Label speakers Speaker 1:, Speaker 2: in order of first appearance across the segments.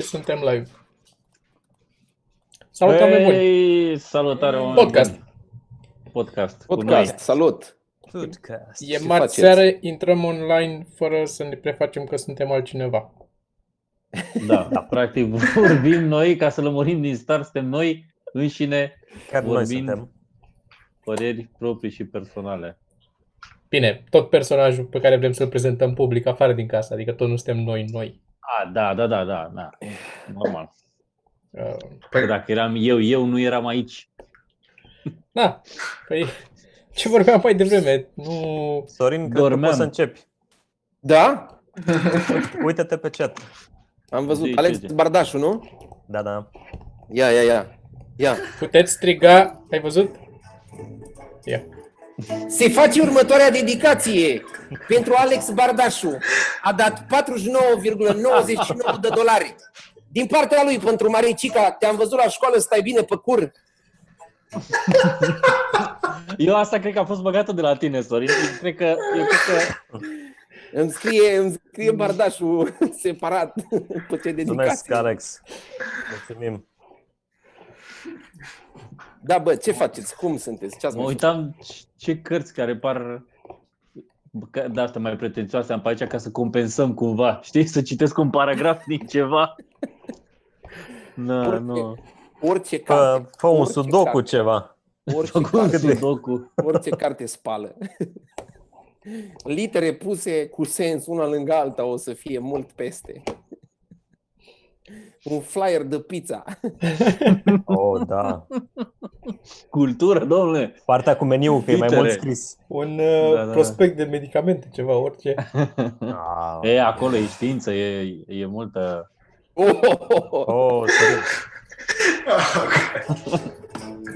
Speaker 1: suntem live. Salut, oameni buni!
Speaker 2: Hei, Păi, salutare, oameni
Speaker 1: Podcast.
Speaker 2: buni. Podcast. cu
Speaker 3: Podcast, salut!
Speaker 4: Podcast.
Speaker 1: E
Speaker 3: Ce
Speaker 1: marți
Speaker 3: faceți?
Speaker 1: seară, intrăm online fără să ne prefacem că suntem altcineva.
Speaker 2: noi. Da, da, practic vorbim noi, ca să lămurim din start, suntem noi înșine,
Speaker 4: Chiar noi
Speaker 2: Vorbind-
Speaker 4: suntem.
Speaker 2: păreri proprii și personale.
Speaker 1: Bine, tot personajul pe care vrem să-l prezentăm public afară din casă, adică tot nu suntem noi, noi.
Speaker 2: A, da, da, da, da, da, normal.
Speaker 1: Uh,
Speaker 2: Că Dacă eram eu, eu nu eram aici.
Speaker 1: Da, păi ce vorbeam mai devreme, nu...
Speaker 4: Sorin, cred că
Speaker 2: Dormeam.
Speaker 4: poți să începi.
Speaker 3: Da?
Speaker 4: Uite-te pe chat.
Speaker 3: Am văzut.
Speaker 2: Zi,
Speaker 3: Alex
Speaker 2: ce zi?
Speaker 3: Bardașu, nu?
Speaker 4: Da, da.
Speaker 3: Ia, ia, ia. Ia.
Speaker 1: Puteți striga, ai văzut? Ia.
Speaker 3: Se face următoarea dedicație pentru Alex Bardașu. A dat 49,99 de dolari. Din partea lui pentru Marie Cica, te-am văzut la școală, stai bine pe cur.
Speaker 2: Eu asta cred că a fost băgată de la tine, Sorin. Eu cred că, eu cred că
Speaker 3: Îmi scrie, îmi scrie Bardașu separat pe ce
Speaker 4: Mulțumesc,
Speaker 3: dedicație.
Speaker 4: Alex. Mulțumim.
Speaker 3: Da, bă, ce faceți? Cum sunteți? Ce ați
Speaker 2: mă
Speaker 3: mai
Speaker 2: uitam ce- ce cărți care par că- de asta mai pretențioase am pe aici ca să compensăm cumva, știi? Să citesc un paragraf din ceva. Nu, nu.
Speaker 3: făcut? Orice
Speaker 4: Fă,
Speaker 3: carte,
Speaker 4: fă un
Speaker 3: orice
Speaker 4: sudoku
Speaker 3: carte.
Speaker 4: ceva.
Speaker 3: orice
Speaker 2: Făcut
Speaker 3: carte.
Speaker 2: sudoku.
Speaker 3: Orice carte spală. Litere puse cu sens una lângă alta o să fie mult peste. Un flyer de pizza.
Speaker 4: Oh, da.
Speaker 2: Cultură, domnule.
Speaker 4: Partea cu meniu, că e mai
Speaker 2: Litere.
Speaker 4: mult scris.
Speaker 1: Un uh,
Speaker 2: Da, da, da.
Speaker 1: prospect de medicamente, ceva, orice.
Speaker 4: Ah.
Speaker 2: E, acolo e știință, e, e multă.
Speaker 3: Oh, oh, oh, oh.
Speaker 4: Oh, Sorin.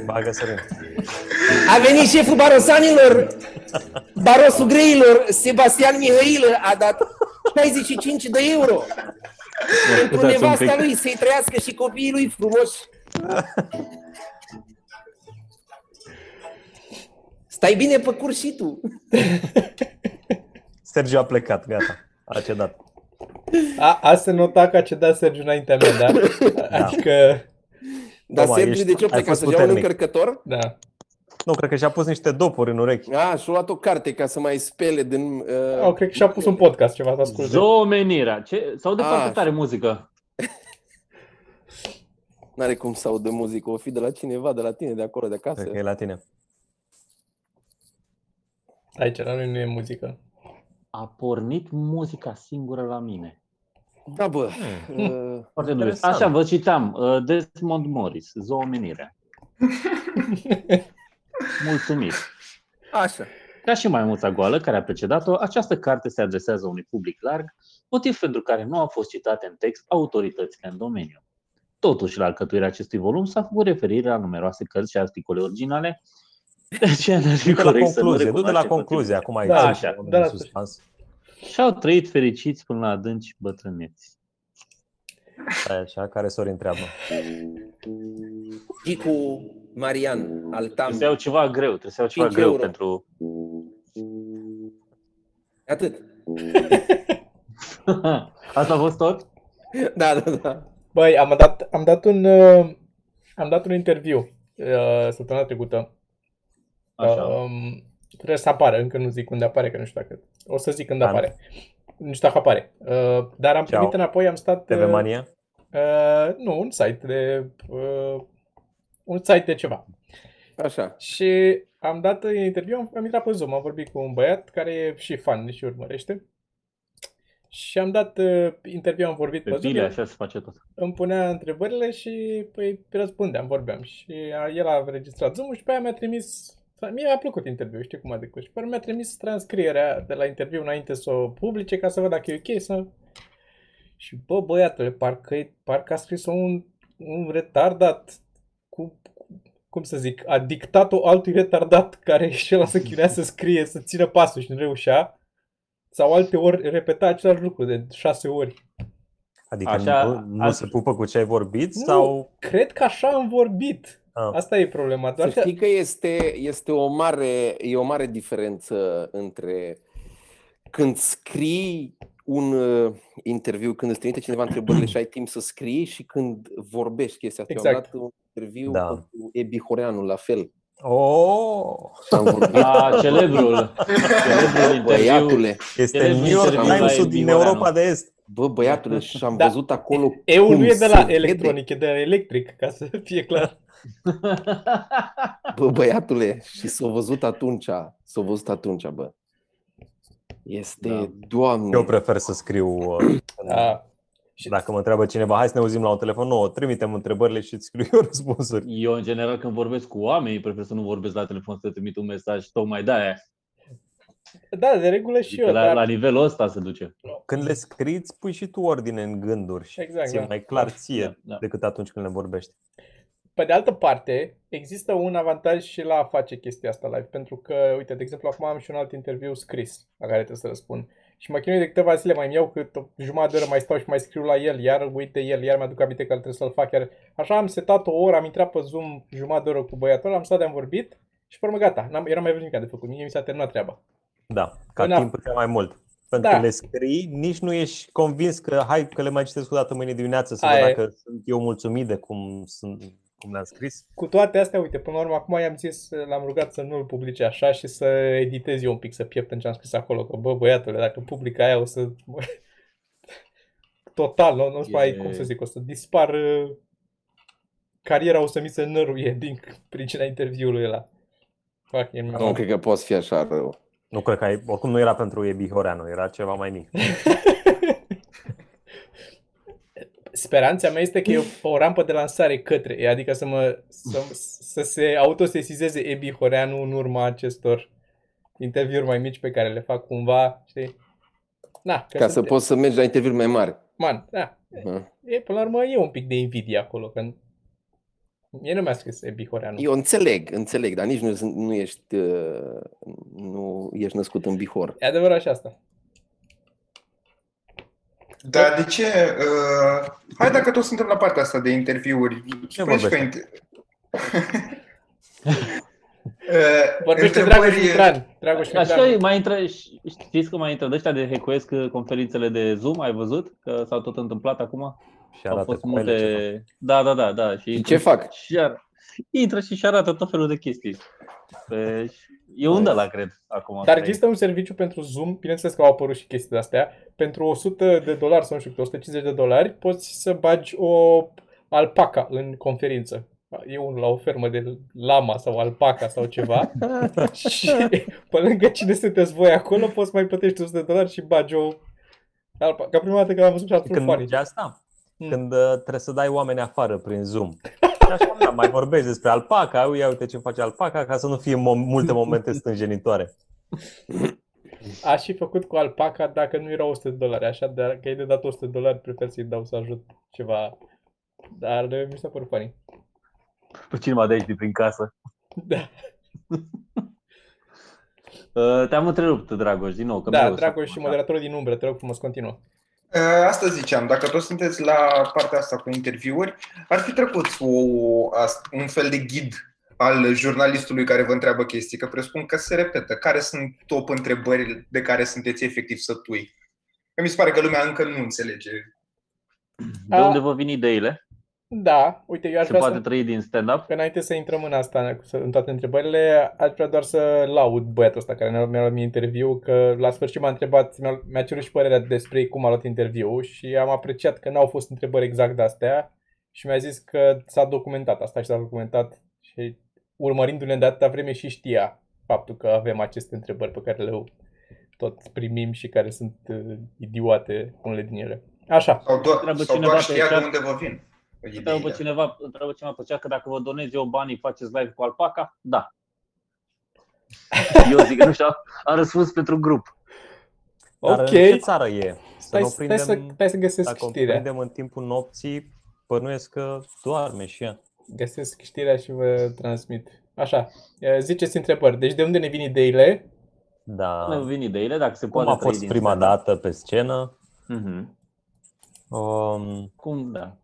Speaker 4: Bagă, Sorin.
Speaker 3: A venit șeful barosanilor, barosul greilor, Sebastian Mihailă a dat 65 de euro pentru
Speaker 2: Uitați un pic.
Speaker 3: nevasta lui să-i trăiască și copiii lui frumos. Stai bine pe curs și tu.
Speaker 4: Sergiu a plecat, gata. A cedat.
Speaker 1: A, a se nota că a cedat Sergiu înaintea mea, da? Adică,
Speaker 3: Dar
Speaker 4: Toma,
Speaker 3: Sergiu,
Speaker 4: ești-
Speaker 3: de ce
Speaker 4: ai
Speaker 3: pleca
Speaker 4: fost
Speaker 3: să ia un
Speaker 4: puternic.
Speaker 3: încărcător?
Speaker 1: da.
Speaker 4: Nu, cred că și-a pus niște dopuri în urechi.
Speaker 3: A, și-a luat o carte ca să mai spele din... Uh...
Speaker 1: Au, cred că și-a pus un podcast ceva să asculte.
Speaker 2: Zomenirea. Ce? Sau de
Speaker 3: A,
Speaker 2: foarte
Speaker 3: așa.
Speaker 2: tare muzică.
Speaker 3: N-are cum să audă muzică, o fi de la cineva, de la tine, de acolo, de acasă.
Speaker 4: Cred că e la tine.
Speaker 1: Aici, la noi nu e muzică.
Speaker 2: A pornit muzica singură la mine.
Speaker 3: Da, bă. Uh,
Speaker 2: Foarte dubios.
Speaker 4: Interesant.
Speaker 2: Așa, vă citam. uh, Desmond Morris, Zoomenirea. Mulțumit.
Speaker 3: așa.
Speaker 2: Ca și mai multa goală care a precedat-o, această carte se adresează unui public larg, motiv pentru care nu au fost citate în text autoritățile în domeniu. Totuși, la alcătuirea acestui volum s-a făcut referire la numeroase cărți și articole originale, de aceea n-ar fi
Speaker 4: Du-te la
Speaker 2: corect să nu
Speaker 4: concluzie, du-te la
Speaker 2: recunoaștem
Speaker 4: concluzie. Acum ai
Speaker 1: Da,
Speaker 4: ținut
Speaker 2: așa,
Speaker 4: oamenii
Speaker 1: da,
Speaker 4: în
Speaker 1: da.
Speaker 4: suspans.
Speaker 2: Și au trăit fericiți până la adânci bătrâneți.
Speaker 4: Stai Așa, care Sorin treabă.
Speaker 3: Gicu Marian, al
Speaker 2: Trebuie să iau
Speaker 3: Tam.
Speaker 2: ceva greu, trebuie să iau ceva
Speaker 3: Cinci
Speaker 2: greu
Speaker 3: euro.
Speaker 2: pentru...
Speaker 3: Atât.
Speaker 2: Asta a fost tot?
Speaker 3: Da, da, da.
Speaker 1: Băi, am dat, am dat un, uh, am dat un interviu uh, săptămâna trecută.
Speaker 2: Așa.
Speaker 1: Um, trebuie să apară, încă nu zic unde apare, că nu știu dacă... O să zic când
Speaker 4: An.
Speaker 1: apare. Nu știu dacă apare. Uh, dar am
Speaker 4: Ceau.
Speaker 1: primit înapoi, am stat...
Speaker 4: TV
Speaker 1: uh,
Speaker 4: Mania?
Speaker 1: uh, nu, un site de... Uh, un site de ceva.
Speaker 3: Așa.
Speaker 1: Și am dat în interviu, am, am intrat pe Zoom, am vorbit cu un băiat care e și fan și urmărește. Și am dat uh, interviu, am vorbit pe,
Speaker 2: Pe
Speaker 1: Zoom,
Speaker 2: bile,
Speaker 1: el
Speaker 2: așa se face tot.
Speaker 1: îmi punea întrebările și păi, răspundeam, vorbeam. Și a, el a registrat Zoom-ul și pe aia mi-a trimis, mie mi-a plăcut interviul, știi cum a decurs. Și pe urmă mi-a trimis transcrierea de la interviu înainte să o publice ca să văd dacă e ok să... Și bă, băiatule, parcă, parcă a scris un, un retardat cu, cum să zic, a dictat-o altui retardat care și el să chinuia să scrie, să țină pasul și nu reușea. Sau alte ori repeta același lucru de șase ori.
Speaker 4: Adică
Speaker 2: Așa,
Speaker 4: așa, nu, nu
Speaker 2: a-
Speaker 4: se pupă cu ce ai vorbit
Speaker 1: Nu.
Speaker 4: sau...
Speaker 1: Cred că așa am vorbit.
Speaker 4: Ah.
Speaker 1: Asta e problema. Doar
Speaker 3: Să
Speaker 1: că,
Speaker 3: știi că este, este o, mare, e o mare diferență între când scrii un uh, interviu când îți trimite cineva întrebările și ai timp să scrii și când vorbești chestia asta. Eu Am
Speaker 1: Exact.
Speaker 3: dat un interviu
Speaker 4: Da.
Speaker 3: da. cu Ebi Horeanu, la fel.
Speaker 4: Oh,
Speaker 3: Și am vorbit,
Speaker 2: La celebrul, celebrul interviu.
Speaker 3: băiatule,
Speaker 4: este
Speaker 2: Televiziune
Speaker 4: New York
Speaker 3: interviu la
Speaker 4: Times-ul din
Speaker 2: Ebi
Speaker 4: Europa
Speaker 2: Horeanu.
Speaker 4: de Est.
Speaker 3: bă, băiatule, și am
Speaker 1: Da.
Speaker 3: văzut acolo
Speaker 1: Eu
Speaker 3: cum
Speaker 1: nu e de
Speaker 3: se
Speaker 1: la
Speaker 3: vede.
Speaker 1: electronic, e de la electric, ca să fie clar.
Speaker 3: Bă, băiatule, și s-a văzut atunci, s-a văzut atunci, bă. Este,
Speaker 2: Da.
Speaker 3: da. doamne,
Speaker 4: Eu prefer să scriu. uh,
Speaker 1: Da. Și
Speaker 4: Dacă mă întreabă cineva, hai să ne auzim la un telefon, nu, trimitem întrebările și îți scriu eu răspunsuri.
Speaker 2: Eu, în general, când vorbesc cu oamenii, prefer să nu vorbesc la telefon, să trimit un mesaj, tocmai de aia. Adică
Speaker 1: Da, de regulă și eu,
Speaker 2: la,
Speaker 1: dar
Speaker 2: la nivelul ăsta se duce.
Speaker 4: Când le scrii, îți pui și tu ordine în gânduri și
Speaker 1: Exact,
Speaker 4: ți-e
Speaker 1: da.
Speaker 4: mai clar ție
Speaker 2: Da, da.
Speaker 4: decât atunci când le vorbești.
Speaker 1: Pe de altă parte, există un avantaj și la a face chestia asta live, pentru că, uite, de exemplu, acum am și un alt interviu scris la care trebuie să răspund. Și mă chinuie de câteva zile, mai îmi iau cât o jumătate de oră, mai stau și mai scriu la el, iar uite el, iar mi-aduc aminte că trebuie să-l fac, iar așa am setat o oră, am intrat pe Zoom jumătate de oră cu băiatul ăla, am stat de-am vorbit și pe urmă gata, n-am, era mai avut nimic de făcut, mie mi s-a terminat treaba.
Speaker 4: Da, ca
Speaker 1: În af-
Speaker 4: timp putea mai mult. Pentru
Speaker 1: Da.
Speaker 4: că le scrii, nici nu ești convins că hai că le mai citesc o dată mâine dimineață să văd
Speaker 1: Aia e.
Speaker 4: dacă sunt eu mulțumit de cum, sunt, cum le-am scris.
Speaker 1: Cu toate astea, uite, până la urmă, acum i-am zis, l-am rugat să nu-l publice așa și să editez eu un pic, să pieptăn ce am scris acolo, că bă, băiatule, dacă public aia o să... Total, nu, nu mai,
Speaker 2: E-
Speaker 1: cum să zic, o să dispar uh, cariera, o să mi se năruie din pricina interviului ăla. Fuck, e
Speaker 3: nu cred că poți fi așa rău.
Speaker 4: Nu cred că ai, oricum nu era pentru Ebi Horeanu, era ceva mai mic.
Speaker 1: Speranța mea este că e o, o rampă de lansare către, e, adică să, mă, să, să se autosesizeze Ebi Horeanu în urma acestor interviuri mai mici pe care le fac cumva, știi? Na, că
Speaker 3: Ca să
Speaker 1: sunt-
Speaker 3: poți să mergi la interviuri mai mari.
Speaker 1: Man, da,
Speaker 3: Aha.
Speaker 1: e, până la urmă e un pic de invidie acolo, că mie nu mi-a scris Ebi Horeanu.
Speaker 3: Eu înțeleg, înțeleg, dar nici nu, sunt- nu ești, uh, nu ești născut în Bihor.
Speaker 1: E adevărat și asta.
Speaker 5: Dar Da, de ce? Uh, hai dacă tot suntem la partea asta de interviuri. Păi, Spune
Speaker 4: vorbește?
Speaker 5: și că inter... Uh,
Speaker 1: Vorbește
Speaker 5: întrebări-
Speaker 1: Dragoș Mitran. Dragoș
Speaker 2: Așa că
Speaker 1: Mitran.
Speaker 2: mai intră, știți că mai intră de ăștia de hecuiesc uh, conferințele de Zoom, ai văzut? Că s-au tot întâmplat acum?
Speaker 4: Și
Speaker 2: Au
Speaker 4: arată
Speaker 2: fost
Speaker 4: cu pele ceva.
Speaker 2: multe... Da, da, da, da. Și
Speaker 3: Și ce fac?
Speaker 2: Și ar... Intră și-și arată tot felul de chestii. Pe... E un de la cred, acum.
Speaker 1: Dar există un serviciu pentru Zoom, bineînțeles că au apărut și chestii de-astea, pentru 100 de dolari sau nu știu, cât, 150 de dolari poți să bagi o alpaca în conferință. E unul la o fermă de lama sau alpaca sau ceva și pe lângă cine sunteți voi acolo poți să mai plătești 100 de dolari și bagi o alpaca. Ca prima dată când am văzut și atunci
Speaker 4: Când da.
Speaker 1: funny.
Speaker 4: merge asta?
Speaker 2: Hmm.
Speaker 1: Mm.
Speaker 4: Când uh, trebuie să dai oameni afară prin Zoom. Și așa, da, mai vorbești despre alpaca, ia uite ce face alpaca, ca să nu fie mo- multe momente stânjenitoare.
Speaker 1: Aș fi făcut cu alpaca dacă nu era 100 de dolari, așa, dar că e de dat 100 de dolari, prefer să-i dau să ajut ceva. Dar eh, mi s-a părut funny.
Speaker 2: Pe cineva de aici, de prin casă.
Speaker 1: Da.
Speaker 2: Uh, Te-am întrerupt, Dragoș, din nou. Că
Speaker 1: Da,
Speaker 2: mereu sunt
Speaker 1: Dragoș și
Speaker 2: acum.
Speaker 1: moderatorul din umbră, te rog frumos, continuă.
Speaker 5: Uh, Asta ziceam, dacă tot sunteți la partea asta cu interviuri, ar fi trecut o, ast- un fel de ghid al jurnalistului care vă întreabă chestii, că presupun că se repetă. Care sunt top întrebările de care sunteți efectiv sătui? Că mi se pare că lumea încă nu înțelege.
Speaker 2: De unde vă vin ideile?
Speaker 1: Ah, Da, uite, eu aș
Speaker 2: Se
Speaker 1: vrea
Speaker 2: poate
Speaker 1: să,
Speaker 2: trăi din stand-up?
Speaker 1: că înainte să intrăm în asta, să- în toate întrebările, aș vrea doar să laud băiatul ăsta care mi-a mi-a luat mie interviu, că la sfârșit m-a întrebat, mi-a, mi-a cerut și părerea despre cum a luat interviu și am apreciat că n-au fost întrebări exact de-astea și mi-a zis că s-a documentat asta și s-a documentat și urmărindu-le în data vreme și știa faptul că avem aceste întrebări pe care le tot primim și care sunt uh, idiote unele din ele. Așa.
Speaker 5: Sau doar,
Speaker 2: Întreabă
Speaker 5: sau
Speaker 2: cineva
Speaker 5: doar
Speaker 2: pe
Speaker 5: știa
Speaker 2: chat.
Speaker 5: de unde vă vin. ideile.
Speaker 2: Întreabă cineva, întreabă cineva pe cea că dacă vă donez eu banii, faceți live cu alpaca? Da. Eu zic că nu știu, a răspuns pentru grup.
Speaker 4: Dar
Speaker 1: Ok.
Speaker 4: în ce țară e? Să
Speaker 1: Stai,
Speaker 4: nu
Speaker 1: stai, să,
Speaker 4: prindem,
Speaker 1: stai să găsesc
Speaker 4: dacă o
Speaker 1: știrea.
Speaker 4: prindem în timpul nopții, bănuiesc că doarme și ea.
Speaker 1: Găsesc știrea și vă transmit. Așa, eh, ziceți întrebări. Deci de unde ne vin ideile?
Speaker 4: Da.
Speaker 2: Ne vin ideile, dacă se
Speaker 4: Cum
Speaker 2: poate
Speaker 4: a
Speaker 2: trăi
Speaker 4: fost
Speaker 2: din
Speaker 4: prima
Speaker 2: stand-up.
Speaker 4: dată pe scenă?
Speaker 2: Mhm.
Speaker 4: Um,
Speaker 2: Cum, da.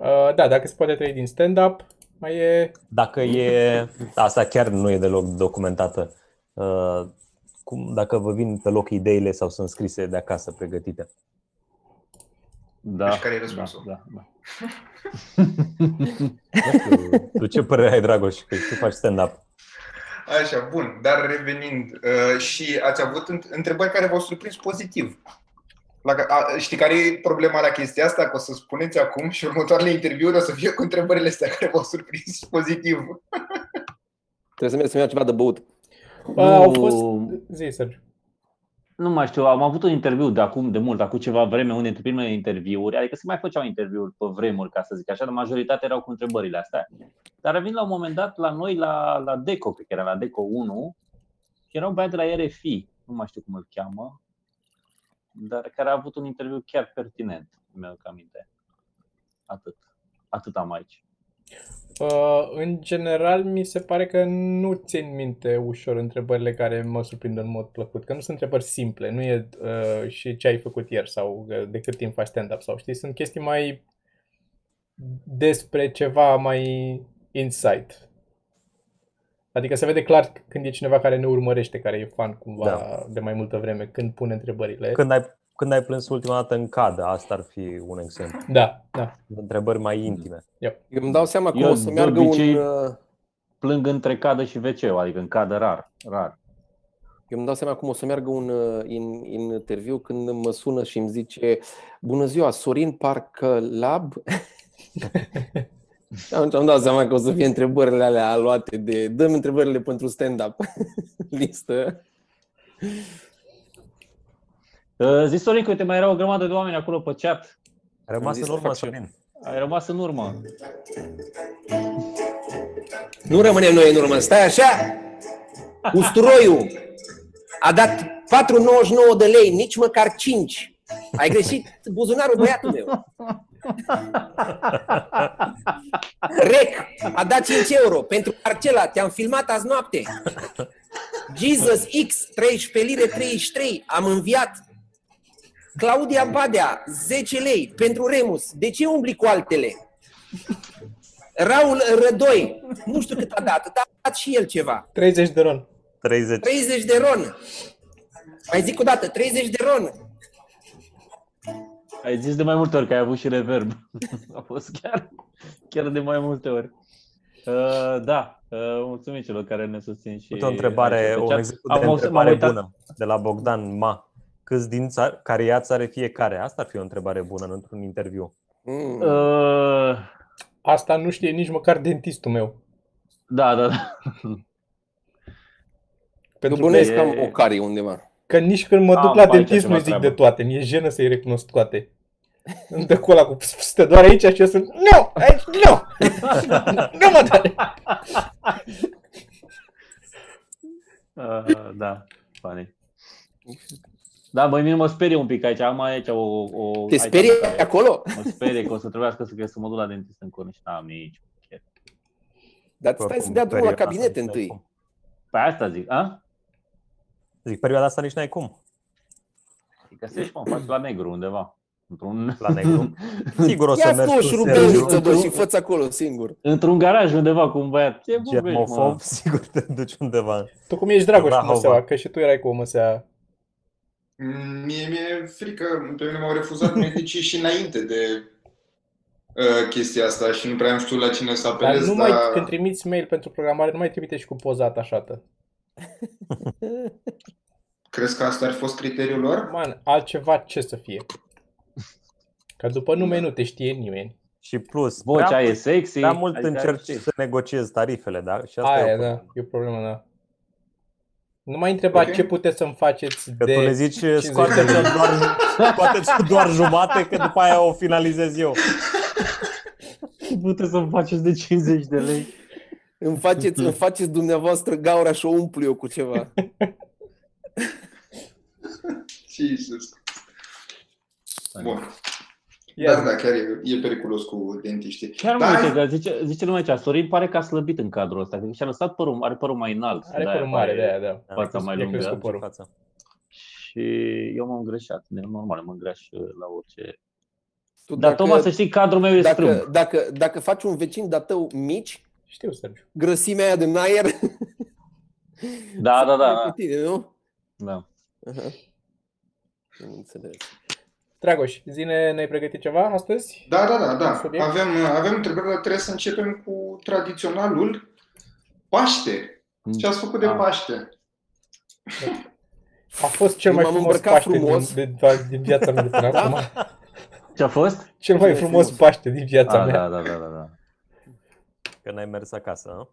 Speaker 1: Eh, Da, dacă se poate trăi din stand-up, mai e...
Speaker 4: Dacă e. Asta chiar nu e deloc documentată. Uh, cum, dacă vă vin pe loc ideile sau sunt scrise de acasă, pregătite.
Speaker 2: Da.
Speaker 5: Deci care e răspunsul?
Speaker 2: Da, da, da.
Speaker 4: Nu știu, tu ce părere ai, Dragoș, că tu faci stand-up?
Speaker 5: Așa, bun. Dar revenind, uh, și ați avut înt- întrebări care v-au surprins pozitiv. La, ca- a, știi care e problema la chestia asta? Că o să spuneți acum și următoarele interviuri o să fie cu întrebările astea care v-au surprins pozitiv.
Speaker 3: Trebuie să merg să-mi iau ceva de băut.
Speaker 1: Bă, au fost...
Speaker 2: Nu-
Speaker 1: Zi, Sergiu.
Speaker 2: Nu mai știu, am avut un interviu de acum, de mult, acum ceva vreme, unde dintre primele interviuri, adică se mai făceau interviuri pe vremuri, ca să zic așa, dar majoritatea erau cu întrebările astea. Dar a venit la un moment dat la noi, la, la DECO, cred că era la DECO 1, și era un băiat de la RFI, nu mai știu cum îl cheamă, dar care a avut un interviu chiar pertinent, mi-aduc aminte. Atât. Atât am aici.
Speaker 1: Uh, în general, mi se pare că nu țin minte ușor întrebările care mă surprind în mod plăcut, că nu sunt întrebări simple, nu e uh, și ce ai făcut ieri sau uh, de cât timp faci stand-up sau știi, sunt chestii mai despre ceva mai insight. Adică se vede clar când e cineva care ne urmărește, care e fan cumva da.
Speaker 4: Da.
Speaker 1: de mai multă vreme, când pune întrebările.
Speaker 4: Când ai, când ai plâns ultima dată în cadă, asta ar fi un exemplu.
Speaker 1: Da, da.
Speaker 4: Întrebări mai intime.
Speaker 3: Eu îmi dau seama că
Speaker 2: Eu,
Speaker 3: o să
Speaker 2: de
Speaker 3: meargă
Speaker 2: obicei-
Speaker 3: un... uh,
Speaker 2: Plâng între cadă și wc adică în cadă rar, rar.
Speaker 3: Eu îmi dau seama cum o să meargă un uh, in, in interviu când mă sună și îmi zice Bună ziua, Sorin Parcă Lab. Și atunci am dat seama că o să fie întrebările alea luate de dăm întrebările pentru stand-up listă.
Speaker 2: Uh, Zi, Sorin, că uite, mai erau o grămadă de oameni acolo pe chat.
Speaker 4: A rămas
Speaker 3: zis
Speaker 4: în
Speaker 3: să
Speaker 4: urmă,
Speaker 3: fac și eu.
Speaker 4: Sorin.
Speaker 2: Ai rămas în urmă.
Speaker 3: Nu rămânem noi în urmă, stai așa. Usturoiul a dat 4,99 de lei, nici măcar 5. Ai greșit buzunarul băiatul meu. Rec a dat 5 euro pentru parcela, te-am filmat azi noapte. Jesus X, 13 lire 33, am înviat. Claudia Badea, 10 lei pentru Remus. De ce umbli cu altele? Raul Rădoi, nu știu cât a dat, dar a dat și el ceva.
Speaker 1: 30 de ron.
Speaker 4: 30.
Speaker 3: 30 de ron. Mai zic o dată, 30 de ron.
Speaker 2: Ai zis de mai multe ori că ai avut și reverb. A fost chiar, chiar de mai multe ori. Uh, da, uh, mulțumim celor care ne susțin și...
Speaker 4: Uite o întrebare,
Speaker 2: aici pe
Speaker 4: un
Speaker 2: chat.
Speaker 4: exemplu
Speaker 2: Am
Speaker 4: de
Speaker 2: auzit-
Speaker 4: întrebare
Speaker 2: m-am uitat-
Speaker 4: bună de la Bogdan Ma. Câți din țar, care iați are fiecare? Asta ar fi o întrebare bună în- într-un interviu.
Speaker 3: Mm.
Speaker 2: Uh,
Speaker 1: Asta nu știe nici măcar dentistul meu.
Speaker 2: da, da, da.
Speaker 1: Pentru că,
Speaker 3: Bănuiesc
Speaker 2: e-
Speaker 3: că am o carie undeva.
Speaker 1: că nici când mă
Speaker 2: Am
Speaker 1: duc la
Speaker 2: aici
Speaker 1: dentist
Speaker 2: ceva
Speaker 1: nu zic
Speaker 2: treabă.
Speaker 1: de toate. Mi-e jenă să-i recunosc toate. Îmi dă cu ăla cu "Pst, pst, te doare aici și eu sunt Nu! Aici nu! nu mă doare!
Speaker 2: Uh, da, funny. Da, băi, mine mă sperie un pic aici. Am aici o... o
Speaker 3: Te
Speaker 2: aici am
Speaker 3: sperie
Speaker 2: care
Speaker 3: acolo?
Speaker 2: Mă sperie că o să trebuiască să, să mă duc la dentist în curând și n-am nici.
Speaker 3: Dar stai să
Speaker 4: Oricum,
Speaker 3: dea drumul la
Speaker 2: da.
Speaker 3: cabinet
Speaker 4: perioada asta nici n-ai
Speaker 3: întâi.
Speaker 4: cum.
Speaker 2: Pe Păi asta zic, a?
Speaker 4: Zic, perioada asta nici n-ai cum.
Speaker 2: Găsești, mă, faci la negru undeva. Într-un...
Speaker 4: La negru. Sigur o să
Speaker 3: Ia-ți o
Speaker 4: mergi tu,
Speaker 3: șurubelniță,
Speaker 4: Sergiu,
Speaker 3: bă, și fă acolo singur.
Speaker 2: Într-un garaj undeva cu un băiat. Ce vorbești, mă?
Speaker 4: germofob, sigur te duci undeva.
Speaker 1: Tu cum ești Dragoș cu
Speaker 4: Brahova.
Speaker 1: măseaua, că și tu erai cu o măsea.
Speaker 5: Mm, Mie mi-e frică, pe mine m-au refuzat medicii și înainte de uh, chestia asta și nu prea am știut la cine să
Speaker 1: Dar
Speaker 5: apelez,
Speaker 1: nu mai,
Speaker 5: dar...
Speaker 1: când trimiți mail pentru programare, nu mai trimite și cu poza atașată.
Speaker 5: Crezi că asta ar fi fost criteriul lor?
Speaker 1: Man, altceva ce să fie? Că după nume nu te știe nimeni.
Speaker 4: Și plus,
Speaker 2: Vocea
Speaker 4: prea,
Speaker 2: e sexy.
Speaker 4: prea mult
Speaker 2: adică
Speaker 4: încerci
Speaker 2: știi.
Speaker 4: să negociezi tarifele, da? Și asta
Speaker 1: Aia,
Speaker 4: e o problemă.
Speaker 1: da, e problema, da. Nu mai întreba
Speaker 5: Ok.
Speaker 1: ce puteți să-mi faceți
Speaker 4: Că tu le
Speaker 1: de...
Speaker 4: zici,
Speaker 1: 50
Speaker 4: scoate-ți
Speaker 1: de lei."
Speaker 4: doar, scoate doar jumate, că după aia o finalizez eu.
Speaker 2: Puteți să-mi faceți de 50 de lei.
Speaker 3: Îmi faceți, îmi faceți dumneavoastră gaura și o umplu eu cu ceva.
Speaker 5: Jesus. Bun.
Speaker 1: Ia
Speaker 5: Da,
Speaker 1: zi.
Speaker 5: da, chiar e, e periculos cu dentiștii.
Speaker 2: Chiar mă
Speaker 5: da,
Speaker 2: uite, dar zice, zice lumea aceea, Sorin pare că a slăbit în cadrul ăsta, că și-a lăsat părul, are părul mai înalt.
Speaker 1: Are
Speaker 2: de-aia
Speaker 1: părul mare de
Speaker 2: pare-
Speaker 1: aia, da.
Speaker 2: Fața mai
Speaker 1: E
Speaker 2: lungă.
Speaker 1: crescut părul.
Speaker 4: Fața.
Speaker 2: Și eu m-am greșat, e normal, mă greș la orice.
Speaker 3: Tu
Speaker 2: Dar Toma, să știi, cadrul meu e strâmb.
Speaker 3: dacă, dacă, dacă faci un vecin de-a tău mici,
Speaker 1: Știu, Sergiu.
Speaker 3: grăsimea aia din aer
Speaker 2: Da, da, da,
Speaker 3: Cu
Speaker 2: da.
Speaker 3: tine, nu?
Speaker 2: Da.
Speaker 3: Aha. Am înțeles.
Speaker 1: Dragoș, zine, ne-ai pregătit ceva astăzi?
Speaker 5: Da, da, da, da.
Speaker 1: Subiect?
Speaker 5: Avem, avem întrebări, dar trebuie să începem cu tradiționalul Paște. Ce ați făcut de
Speaker 2: Da.
Speaker 5: Paște?
Speaker 1: A fost cel
Speaker 3: Eu
Speaker 1: mai
Speaker 3: m-am
Speaker 1: frumos
Speaker 3: îmbrăcat
Speaker 1: Paște
Speaker 3: frumos. Da.
Speaker 1: Din, de, din viața mea de până acum.
Speaker 2: Ce a fost?
Speaker 1: Cel mai
Speaker 3: mai
Speaker 1: frumos
Speaker 3: frumos.
Speaker 1: Paște din viața
Speaker 2: Ah,
Speaker 1: mea.
Speaker 2: da, da, da, da, da.
Speaker 4: Că n-ai mers acasă, nu?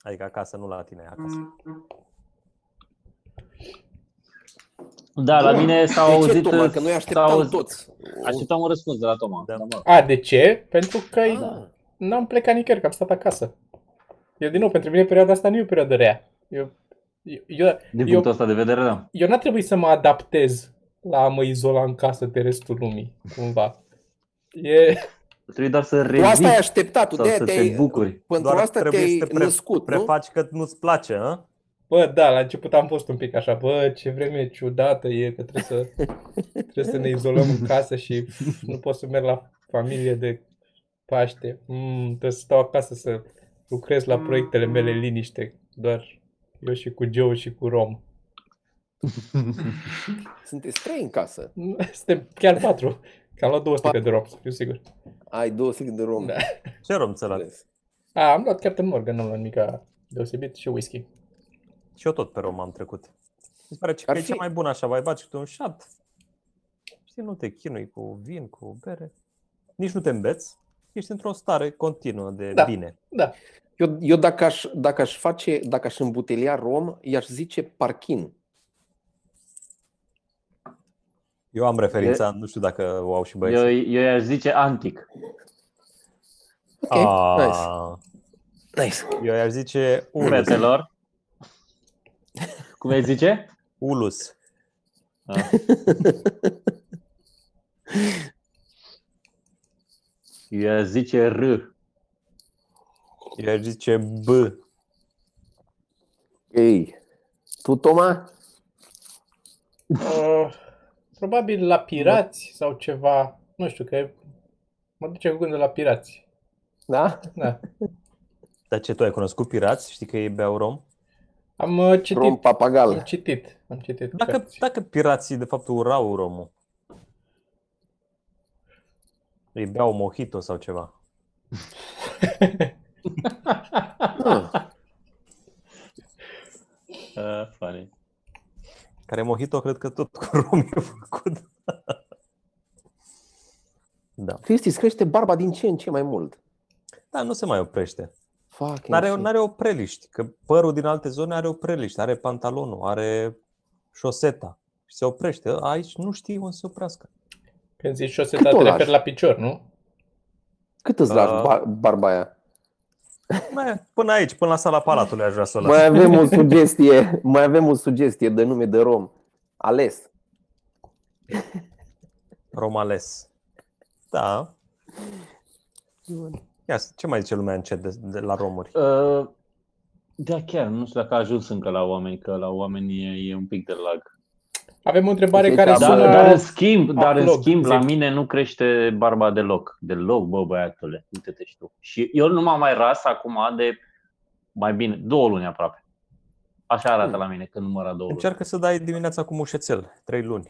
Speaker 4: Adică acasă, nu la tine, acasă.
Speaker 2: Da, la
Speaker 5: Bun.
Speaker 2: mine s-au
Speaker 3: De ce,
Speaker 2: auzit...
Speaker 3: Toma? Că noi
Speaker 2: s-au
Speaker 3: așteptam
Speaker 2: auzit-
Speaker 3: toți.
Speaker 2: Așteptam un răspuns de la Toma.
Speaker 4: Da.
Speaker 2: Da. mă.
Speaker 1: A, de ce? Pentru că
Speaker 3: Ah.
Speaker 1: n-am plecat nicăieri, că am stat acasă. Eu, din nou, pentru mine perioada asta nu e o perioadă rea. Eu, eu, eu,
Speaker 2: Din
Speaker 1: eu,
Speaker 2: punctul ăsta de vedere, da.
Speaker 1: eu n-a trebuit să mă adaptez la a mă izola în casă de restul lumii, cumva. E,
Speaker 2: Trebuie doar să
Speaker 3: Tu asta ai
Speaker 2: reziști
Speaker 3: așteptat, tu
Speaker 2: sau
Speaker 3: de
Speaker 2: să te
Speaker 3: te-ai,
Speaker 2: bucuri.
Speaker 3: pentru
Speaker 4: Doar
Speaker 3: asta
Speaker 4: trebuie
Speaker 3: te-ai
Speaker 4: să te pre-
Speaker 3: născut, nu?
Speaker 4: Prefaci că nu-ți place, nu?
Speaker 1: bă, da, la început am fost un pic așa, bă, ce vreme ciudată e că trebuie să, trebuie să ne izolăm în casă și pf, nu pot să merg la familie de Paște. Mm, trebuie să stau acasă să lucrez la proiectele mele în liniște, doar eu și cu Joe și cu Rom.
Speaker 3: Sunteți trei în casă.
Speaker 1: Suntem chiar patru. Că am luat două sticle de Rom, să fiu sigur.
Speaker 3: Ai două sticle de rom.
Speaker 1: Da.
Speaker 4: Ce rom ți
Speaker 1: A, am luat Captain Morgan, nu am luat nimica deosebit și whisky.
Speaker 4: Și eu tot pe rom am trecut. Mi se pare că
Speaker 3: Ar
Speaker 4: e
Speaker 3: fi-
Speaker 4: cea mai bună așa, mai baci câte un șat. Și nu te chinui cu vin, cu bere. Nici nu te îmbeți. Ești într-o stare continuă de
Speaker 1: Da.
Speaker 4: bine.
Speaker 3: Eu, eu dacă, aș, dacă aș face, dacă aș îmbutelia rom, i-aș zice parchin.
Speaker 4: Eu am referința, nu știu dacă o au și
Speaker 2: Eu,
Speaker 4: băieții.
Speaker 2: eu i-aș zice antic.
Speaker 3: Ok, nice.
Speaker 4: Ah,
Speaker 3: nice.
Speaker 4: Eu i-aș zice ulus.
Speaker 2: Fetelor. Cum ai zice?
Speaker 4: ulus.
Speaker 2: Da. Eu i-aș zice R.
Speaker 4: Eu i-aș zice B.
Speaker 3: Ei, tu, Toma?
Speaker 1: Uh, probabil la pirați sau ceva. Nu știu, că mă duce cu gândul la pirați.
Speaker 3: Da?
Speaker 1: Da.
Speaker 4: Dar ce, tu ai cunoscut pirați? Știi că ei beau rom?
Speaker 1: Am uh, citit.
Speaker 3: Rom
Speaker 1: Am
Speaker 3: papagal.
Speaker 1: citit. Am citit.
Speaker 4: Dacă,
Speaker 3: Exact.
Speaker 4: da-
Speaker 1: cărți.
Speaker 4: dacă pirații de fapt urau romul. Îi beau mojito sau ceva.
Speaker 3: Ah,
Speaker 2: Uh, funny.
Speaker 4: Care mojito cred că tot cu rom e făcut. da.
Speaker 3: Cristi, îți crește barba din ce în ce mai mult.
Speaker 4: Dar nu se mai oprește.
Speaker 3: Fuck,
Speaker 4: N-are, n-are opreliști, că părul din alte zone are opreliști, are pantalonul, are șoseta. Și se oprește. Aici nu știi unde se oprească.
Speaker 1: Când zici șoseta,
Speaker 3: Cât o
Speaker 1: te
Speaker 3: lași?
Speaker 1: referi la picior, nu?
Speaker 3: Cât îți lași
Speaker 4: Ah.
Speaker 3: ba- barba aia?
Speaker 4: Mai, până aici, până la sala palatului aș vrea să o las.
Speaker 3: Mai avem o sugestie, mai avem o sugestie de nume de rom. Ales.
Speaker 4: Romales. Da. Ia, să- ce mai zice lumea încet de, de la romuri?
Speaker 2: Uh, da, chiar, nu știu dacă a ajuns încă la oameni, că la oameni e, e un pic de lag.
Speaker 1: Avem o întrebare
Speaker 3: Deci,
Speaker 1: care
Speaker 3: da,
Speaker 2: Dar,
Speaker 1: sună...
Speaker 2: dar în schimb, dar
Speaker 1: uh,
Speaker 2: în
Speaker 1: Upload,
Speaker 2: schimb la
Speaker 1: zic.
Speaker 2: mine nu crește barba deloc. Deloc, bă, băiatule, uite-te și tu. Și eu nu m-am mai ras acum de mai bine, două luni aproape. Așa arată la mine când număra două luni.
Speaker 4: Încearcă să dai dimineața cu mușețel, trei luni.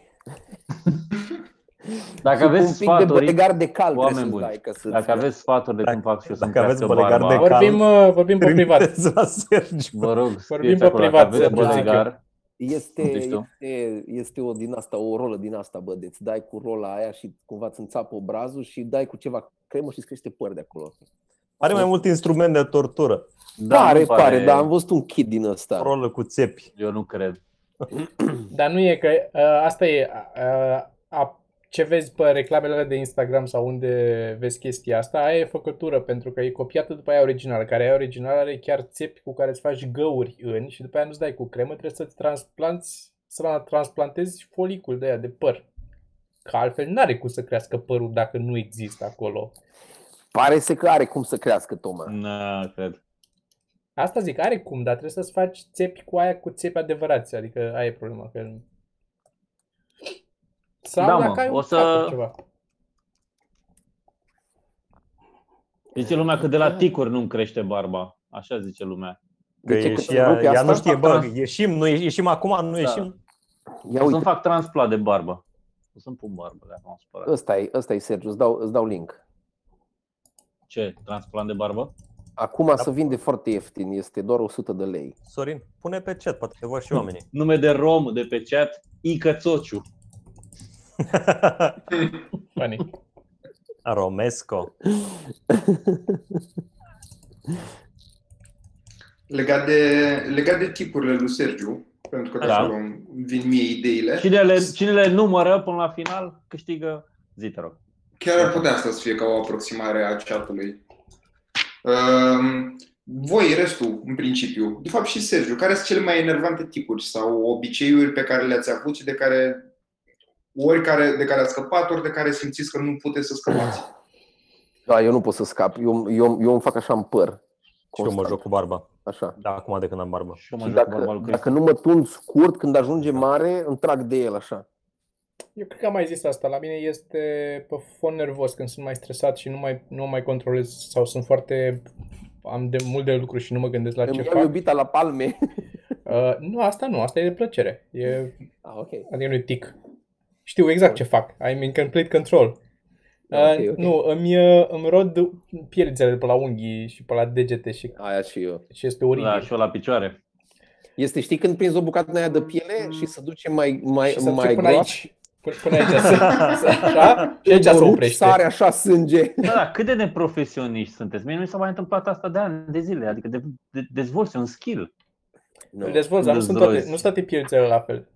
Speaker 2: Dacă
Speaker 3: Și cu
Speaker 2: aveți
Speaker 3: un pic de
Speaker 2: sfaturi,
Speaker 3: bălegar de cal
Speaker 2: oameni
Speaker 3: trebuie
Speaker 2: buni.
Speaker 3: să dai, ca să
Speaker 2: Dacă aveți sfaturi de cum fac și eu să-mi
Speaker 4: dacă aveți
Speaker 2: crească
Speaker 4: bălegar
Speaker 2: barba,
Speaker 4: de cal-
Speaker 1: Vorbim, uh, vorbim pe privat.
Speaker 4: Trimiteți la Sergiu.
Speaker 2: vă rog, scrieți
Speaker 1: pe
Speaker 2: acolo, dacă
Speaker 1: privat,
Speaker 2: aveți
Speaker 1: Sergiu, zic eu.
Speaker 2: bălegar,
Speaker 3: este,
Speaker 2: Deci tu.
Speaker 3: este, este, o din asta, o rolă din asta, bă, de îți dai cu rola aia și cumva îți înțapă obrazul și dai cu ceva cremă și îți crește păr de acolo.
Speaker 4: Are mai mult instrument de tortură.
Speaker 3: Da, pare,
Speaker 2: nu
Speaker 3: pare, pare, dar am văzut un kit din ăsta.
Speaker 4: O rolă cu țepi.
Speaker 2: Eu nu cred.
Speaker 1: Dar nu e că uh, asta e uh, a, ce vezi pe reclamele de Instagram sau unde vezi chestia asta, aia e făcătură pentru că e copiată după aia originală, care aia originală are chiar țepi cu care îți faci găuri în și după aia nu-ți dai cu cremă, trebuie să-ți transplanți, să transplantezi folicul de aia de păr. Că altfel n-are cum să crească părul dacă nu există acolo.
Speaker 3: Pare să că are cum să crească, Toma.
Speaker 4: Păi
Speaker 2: Nu cred.
Speaker 1: Asta zic, are cum, dar trebuie să-ți faci țepi cu aia cu țepi adevărați, adică aia e problema. Că... Sau
Speaker 2: Da, mă,
Speaker 1: dacă ai un
Speaker 2: o să-
Speaker 1: capăt ceva.
Speaker 2: Zice lumea că de la ticuri nu-mi crește barba. Așa zice lumea.
Speaker 4: Că
Speaker 6: Uite
Speaker 4: e
Speaker 6: cât
Speaker 4: Păi și
Speaker 6: îmi
Speaker 4: ea,
Speaker 6: rupe
Speaker 4: ea
Speaker 6: asta,
Speaker 4: nu știe,
Speaker 2: fac
Speaker 4: bă,
Speaker 2: trans-
Speaker 4: ieșim, nu ieșim, ieșim acum,
Speaker 2: Da.
Speaker 4: nu ieșim.
Speaker 6: Ia
Speaker 2: O să-mi
Speaker 6: uite,
Speaker 2: fac transplant de barbă. O să-mi pun barbă, dacă m-am supărat.
Speaker 6: ăsta e, ăsta e Sergiu, îți dau, îți dau link.
Speaker 2: Ce? Transplant de barbă?
Speaker 6: Acum
Speaker 4: Da.
Speaker 6: se vinde foarte ieftin, este doar 100 de lei.
Speaker 4: Sorin, pune pe chat, poate te vor
Speaker 2: Mm.
Speaker 4: și oamenii.
Speaker 2: Nume de rom de pe chat, Icățociu.
Speaker 1: Funny.
Speaker 4: Romesco.
Speaker 5: Legat de, legat de tipurile lui Sergiu, pentru că
Speaker 2: Da.
Speaker 5: așa îmi vin mie ideile,
Speaker 2: Cine le, cine le numără până la final, câștigă. Zi, te rog.
Speaker 5: chiar ar putea asta să fie ca o aproximare a chatului. Um, voi, restul, în principiu, de fapt și Sergiu, care sunt cele mai enervante tipuri sau obiceiuri pe care le-ați avut și de care ori care, de care ați scăpat, ori de care simțiți că nu puteți să scăpați.
Speaker 6: Da, eu nu pot să scap, eu, eu, eu îmi fac așa în păr.
Speaker 4: Și eu mă joc cu barba.
Speaker 6: Așa.
Speaker 4: Da, acum de când am barbă.
Speaker 2: Și eu mă
Speaker 6: Și
Speaker 2: joc cu barba
Speaker 6: dacă,
Speaker 2: lui Cristi.
Speaker 6: dacă nu mă tund scurt, când ajunge
Speaker 4: Da.
Speaker 6: mare, îmi trag de el așa.
Speaker 1: Eu cred că am mai zis asta. La mine este pe fon nervos când sunt mai stresat și nu mai, nu mai controlez sau sunt foarte... Am de mult de lucru și nu mă gândesc la ce
Speaker 6: Îmi iau
Speaker 1: fac.
Speaker 6: iubita la palme.
Speaker 1: Uh, nu, asta nu. Asta e de plăcere. E
Speaker 6: Ah, ok.
Speaker 1: Adică nu e tic. Știu exact ce fac. I'm in complete control.
Speaker 6: Da,
Speaker 1: Uh,
Speaker 6: ok, ok.
Speaker 1: Nu, îmi, uh, îmi rod pielițele de pe la unghii și pe la degete și,
Speaker 6: Aia și eu.
Speaker 1: și este oribil.
Speaker 2: Da, și eu la picioare.
Speaker 6: Este, știi, când prinzi o bucată din aia de piele și se duce mai, mai,
Speaker 1: și să
Speaker 6: mai
Speaker 1: mai până
Speaker 6: groasă,
Speaker 1: aici. Până, până aici. Să, să, așa, și aici se
Speaker 6: rupi,
Speaker 1: oprește.
Speaker 6: Păi, sare așa sânge.
Speaker 2: Da, da, cât de neprofesioniști sunteți? Mie nu mi s-a mai întâmplat asta de ani, de zile. Adică de, de, dezvolți un skill.
Speaker 1: Îl
Speaker 6: Nu.
Speaker 1: dezvolți, dar nu Deci, da, sunt toate, nu
Speaker 2: Dezvolți.
Speaker 1: sunt toate pielițele la fel.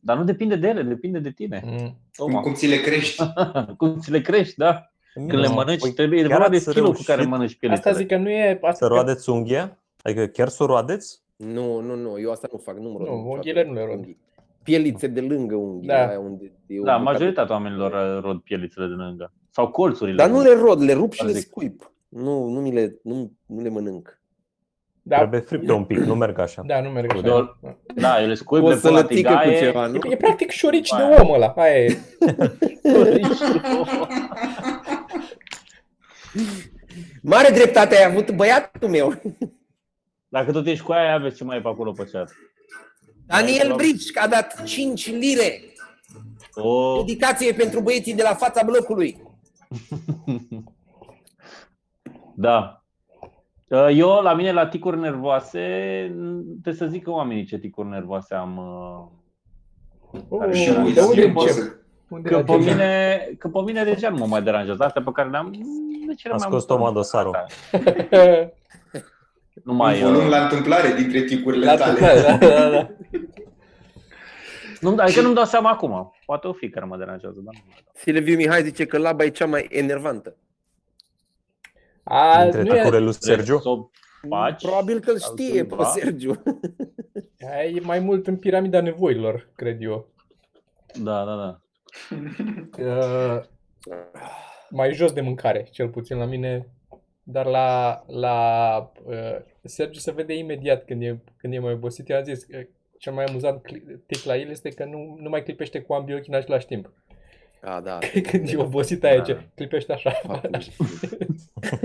Speaker 2: Dar nu depinde de ele, depinde de tine.
Speaker 1: Mm.
Speaker 5: Cum,
Speaker 2: Toma,
Speaker 5: cum ți le crești?
Speaker 2: cum ți le crești, da? Când le
Speaker 4: Nu,
Speaker 2: mănânci,
Speaker 4: păi
Speaker 2: trebuie e
Speaker 4: chiar
Speaker 2: vorba de
Speaker 4: ați
Speaker 2: skill cu
Speaker 4: reușit
Speaker 2: care mănânci
Speaker 1: Asta
Speaker 2: pielițele.
Speaker 1: zic că nu e... Asta
Speaker 4: Să
Speaker 1: că-
Speaker 4: roadeți unghia? Adică chiar să o roadeți?
Speaker 6: nu, nu, nu, eu asta nu fac, nu-mi rod.
Speaker 1: Nu,
Speaker 6: niciodată
Speaker 1: unghiile nu le rod.
Speaker 6: unghii. Pielițe de lângă unghii,
Speaker 1: Da.
Speaker 6: aia unde e o
Speaker 2: Da,
Speaker 6: bucată.
Speaker 2: majoritatea oamenilor uh, rod pielițele de lângă. Sau colțurile.
Speaker 6: Dar nu le rod, le rup și
Speaker 2: Ar
Speaker 6: le
Speaker 2: zic.
Speaker 6: scuip. Nu, nu, mi le, nu, nu le mănânc.
Speaker 1: Da,
Speaker 4: Trebuie fripte un pic, nu merg așa.
Speaker 1: da, nu merg
Speaker 2: Da.
Speaker 1: așa.
Speaker 2: Da, eu le scuip,
Speaker 6: O
Speaker 2: le
Speaker 6: să
Speaker 2: pun la
Speaker 6: le tică cu
Speaker 2: tigaie.
Speaker 6: ceva, nu?
Speaker 1: E, e practic șorici de
Speaker 2: Aia.
Speaker 1: om ăla. Aia e.
Speaker 3: Mare dreptate ai avut băiatul meu.
Speaker 2: Dacă tot ești cu aia, aveți ce mai e pe acolo pe chat.
Speaker 3: Daniel
Speaker 2: Bravo.
Speaker 3: Brici a dat 5 lire.
Speaker 2: O,
Speaker 3: Dedicație pentru băieții de la fața blocului.
Speaker 2: da. Uh, Eu, la mine, la ticuri nervoase, n- trebuie să zic că oamenii ce ticuri nervoase am. uh,
Speaker 1: Oh,
Speaker 5: Și
Speaker 2: Da,
Speaker 1: de unde
Speaker 5: uiți, eu pot
Speaker 1: încep?
Speaker 5: să
Speaker 1: Unde
Speaker 2: Că pe
Speaker 1: încep?
Speaker 2: mine, că pe mine deja nu mă mai deranjează. Astea pe care le-am... De cele
Speaker 4: A
Speaker 2: mai
Speaker 4: scos
Speaker 2: multe ori.
Speaker 4: Toma Dosaru.
Speaker 2: Nu
Speaker 5: mai
Speaker 2: mai...
Speaker 5: volum
Speaker 2: uh,
Speaker 5: la întâmplare dintre tipurile
Speaker 1: La
Speaker 5: tale.
Speaker 1: tâmpel, da, da, da.
Speaker 2: Nu, adică nu-mi dau seama acum. Poate o fi care mă deranjează, dar nu mă dau.
Speaker 6: Silviu Mihai zice că laba e cea mai enervantă.
Speaker 1: A,
Speaker 4: Dintre
Speaker 1: Da, nu e,
Speaker 4: ticurile lui Sergiu?
Speaker 2: Să o faci.
Speaker 6: Probabil că îl
Speaker 2: sau
Speaker 6: știe pe
Speaker 2: cuiva.
Speaker 6: Sergiu.
Speaker 1: Aia e mai mult în piramida nevoilor, cred eu.
Speaker 2: Da, da, da.
Speaker 1: Uh, mai jos de mâncare, cel puțin la mine. Dar la, la uh, Sergiu se vede imediat când e, când e mai obosit. I-am zis, uh, cel mai amuzant cli- tic la el este că nu, nu mai clipește cu ambii ochii în același timp.
Speaker 6: A, da.
Speaker 1: Când e obosit aia,
Speaker 2: Da.
Speaker 1: ce clipește așa. Da.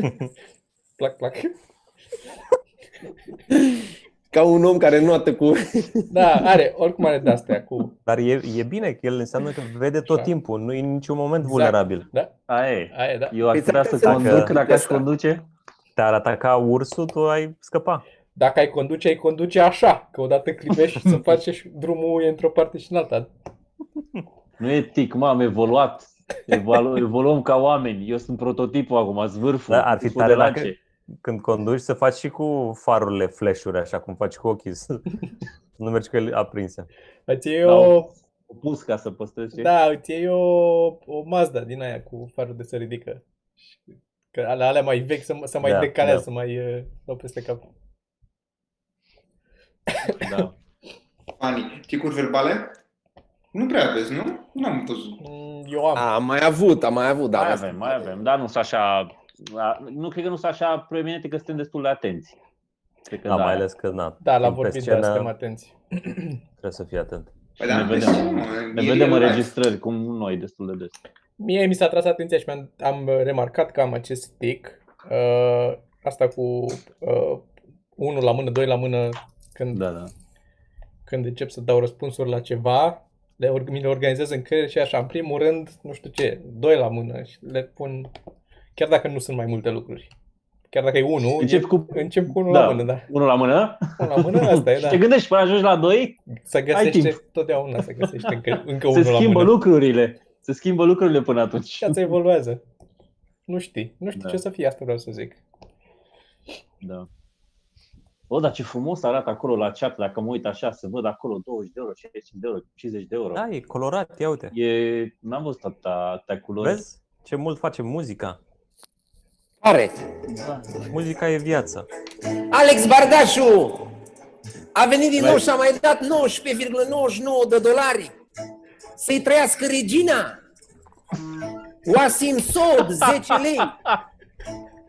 Speaker 1: plac, plac.
Speaker 6: Ca un om care notă cu...
Speaker 1: Da, are, oricum are de-astea cu...
Speaker 4: Dar e, e bine că el înseamnă că vede tot
Speaker 1: Așa.
Speaker 4: timpul, nu e în niciun moment
Speaker 1: Exact.
Speaker 4: vulnerabil.
Speaker 2: Aia e.
Speaker 1: Aia, e, da.
Speaker 2: Eu aș
Speaker 6: Păi
Speaker 2: vrea
Speaker 6: să
Speaker 2: să
Speaker 6: dacă-
Speaker 2: conduc, dacă aș
Speaker 6: asta.
Speaker 2: conduce.
Speaker 4: Te-ar ataca ursul, tu ai scăpa.
Speaker 1: Dacă ai conduce, ai conduce așa, că odată clipești și să faci și drumul e într-o parte și în alta.
Speaker 2: Nu e tic, m-am evoluat. Evalu- evoluăm ca oameni. Eu sunt prototipul acum, zvârful.
Speaker 4: Da, ar fi
Speaker 2: tipul
Speaker 4: tare
Speaker 2: de lance.
Speaker 4: dacă- Când conduci să faci și cu farurile flash-uri, așa cum faci cu ochii. să- nu mergi cu ele aprinse.
Speaker 1: Îți iei
Speaker 2: Da,
Speaker 1: o,
Speaker 2: O pus ca să păstrezi. ce-
Speaker 1: da, îți iei o, o Mazda din aia cu farul de se ridică. Că ale, alea mai vechi să, să mai
Speaker 4: Da,
Speaker 1: da, decalează,
Speaker 4: da.
Speaker 1: să mai uh, dau peste cap.
Speaker 2: da.
Speaker 5: Ani, ticuri verbale? Nu prea aveți, nu? Nu am văzut.
Speaker 1: Mm, Eu am.
Speaker 6: A, am mai avut, am mai avut. da.
Speaker 3: Da.
Speaker 6: Dar
Speaker 2: mai
Speaker 6: asta-
Speaker 2: avem, mai avem. Dar nu sunt așa... da, Nu cred că nu sunt așa proeminente că suntem destul de atenți. Cred că
Speaker 4: Da,
Speaker 2: da.
Speaker 4: mai ales că, na,
Speaker 1: da, la
Speaker 4: fiind pe
Speaker 1: vorbit, dar
Speaker 4: scenă,
Speaker 1: suntem atenți.
Speaker 4: trebuie să fii atent.
Speaker 5: Păi
Speaker 2: Ne
Speaker 5: da,
Speaker 2: vedem.
Speaker 5: vezi, mă,
Speaker 2: Ne
Speaker 5: e
Speaker 2: vedem
Speaker 5: real
Speaker 2: în
Speaker 5: life.
Speaker 2: registrări, cum noi, destul de des.
Speaker 1: Mie mi s-a tras atenția și am, am remarcat că am acest tic. Uh, asta cu uh, unul la mână, doi la mână, când, da.
Speaker 2: Da, da.
Speaker 1: când încep să dau răspunsuri la ceva, le, or- mi le organizez în creier și așa, în primul rând, nu știu ce, doi la mână și le pun, chiar dacă nu sunt mai multe lucruri. Chiar dacă e unul,
Speaker 2: Încep
Speaker 1: e-
Speaker 2: cu
Speaker 1: încep cu unul
Speaker 2: Da.
Speaker 1: la mână, da.
Speaker 2: unul la mână.
Speaker 1: Unul la mână, asta e,
Speaker 2: Și te
Speaker 1: da.
Speaker 2: gândești până ajungi la doi,
Speaker 1: Să
Speaker 2: timp.
Speaker 1: găsește, totdeauna să găsește încă, încă
Speaker 2: se
Speaker 1: unul la
Speaker 2: schimbă
Speaker 1: mână.
Speaker 2: lucrurile. Se schimbă lucrurile până atunci.
Speaker 1: Viața evoluează. Nu știi. Nu știi
Speaker 2: Da.
Speaker 1: da. ce o să fie, asta vreau să zic.
Speaker 2: Da. O, dar ce frumos arată acolo la chat, dacă mă uit așa, să văd acolo 20 de euro, 60 de euro, 50 de euro.
Speaker 4: Da, e colorat, ia uite.
Speaker 2: E, n-am văzut atâta, atâta culori.
Speaker 4: Vezi ce mult face muzica?
Speaker 3: Pare.
Speaker 2: Da.
Speaker 4: Muzica e viață.
Speaker 3: Alex Bardașu a venit din
Speaker 2: Vai.
Speaker 3: nou și a mai dat 19,99 de dolari. Să-i trăiască regina. Oasim Sod, 10 lei.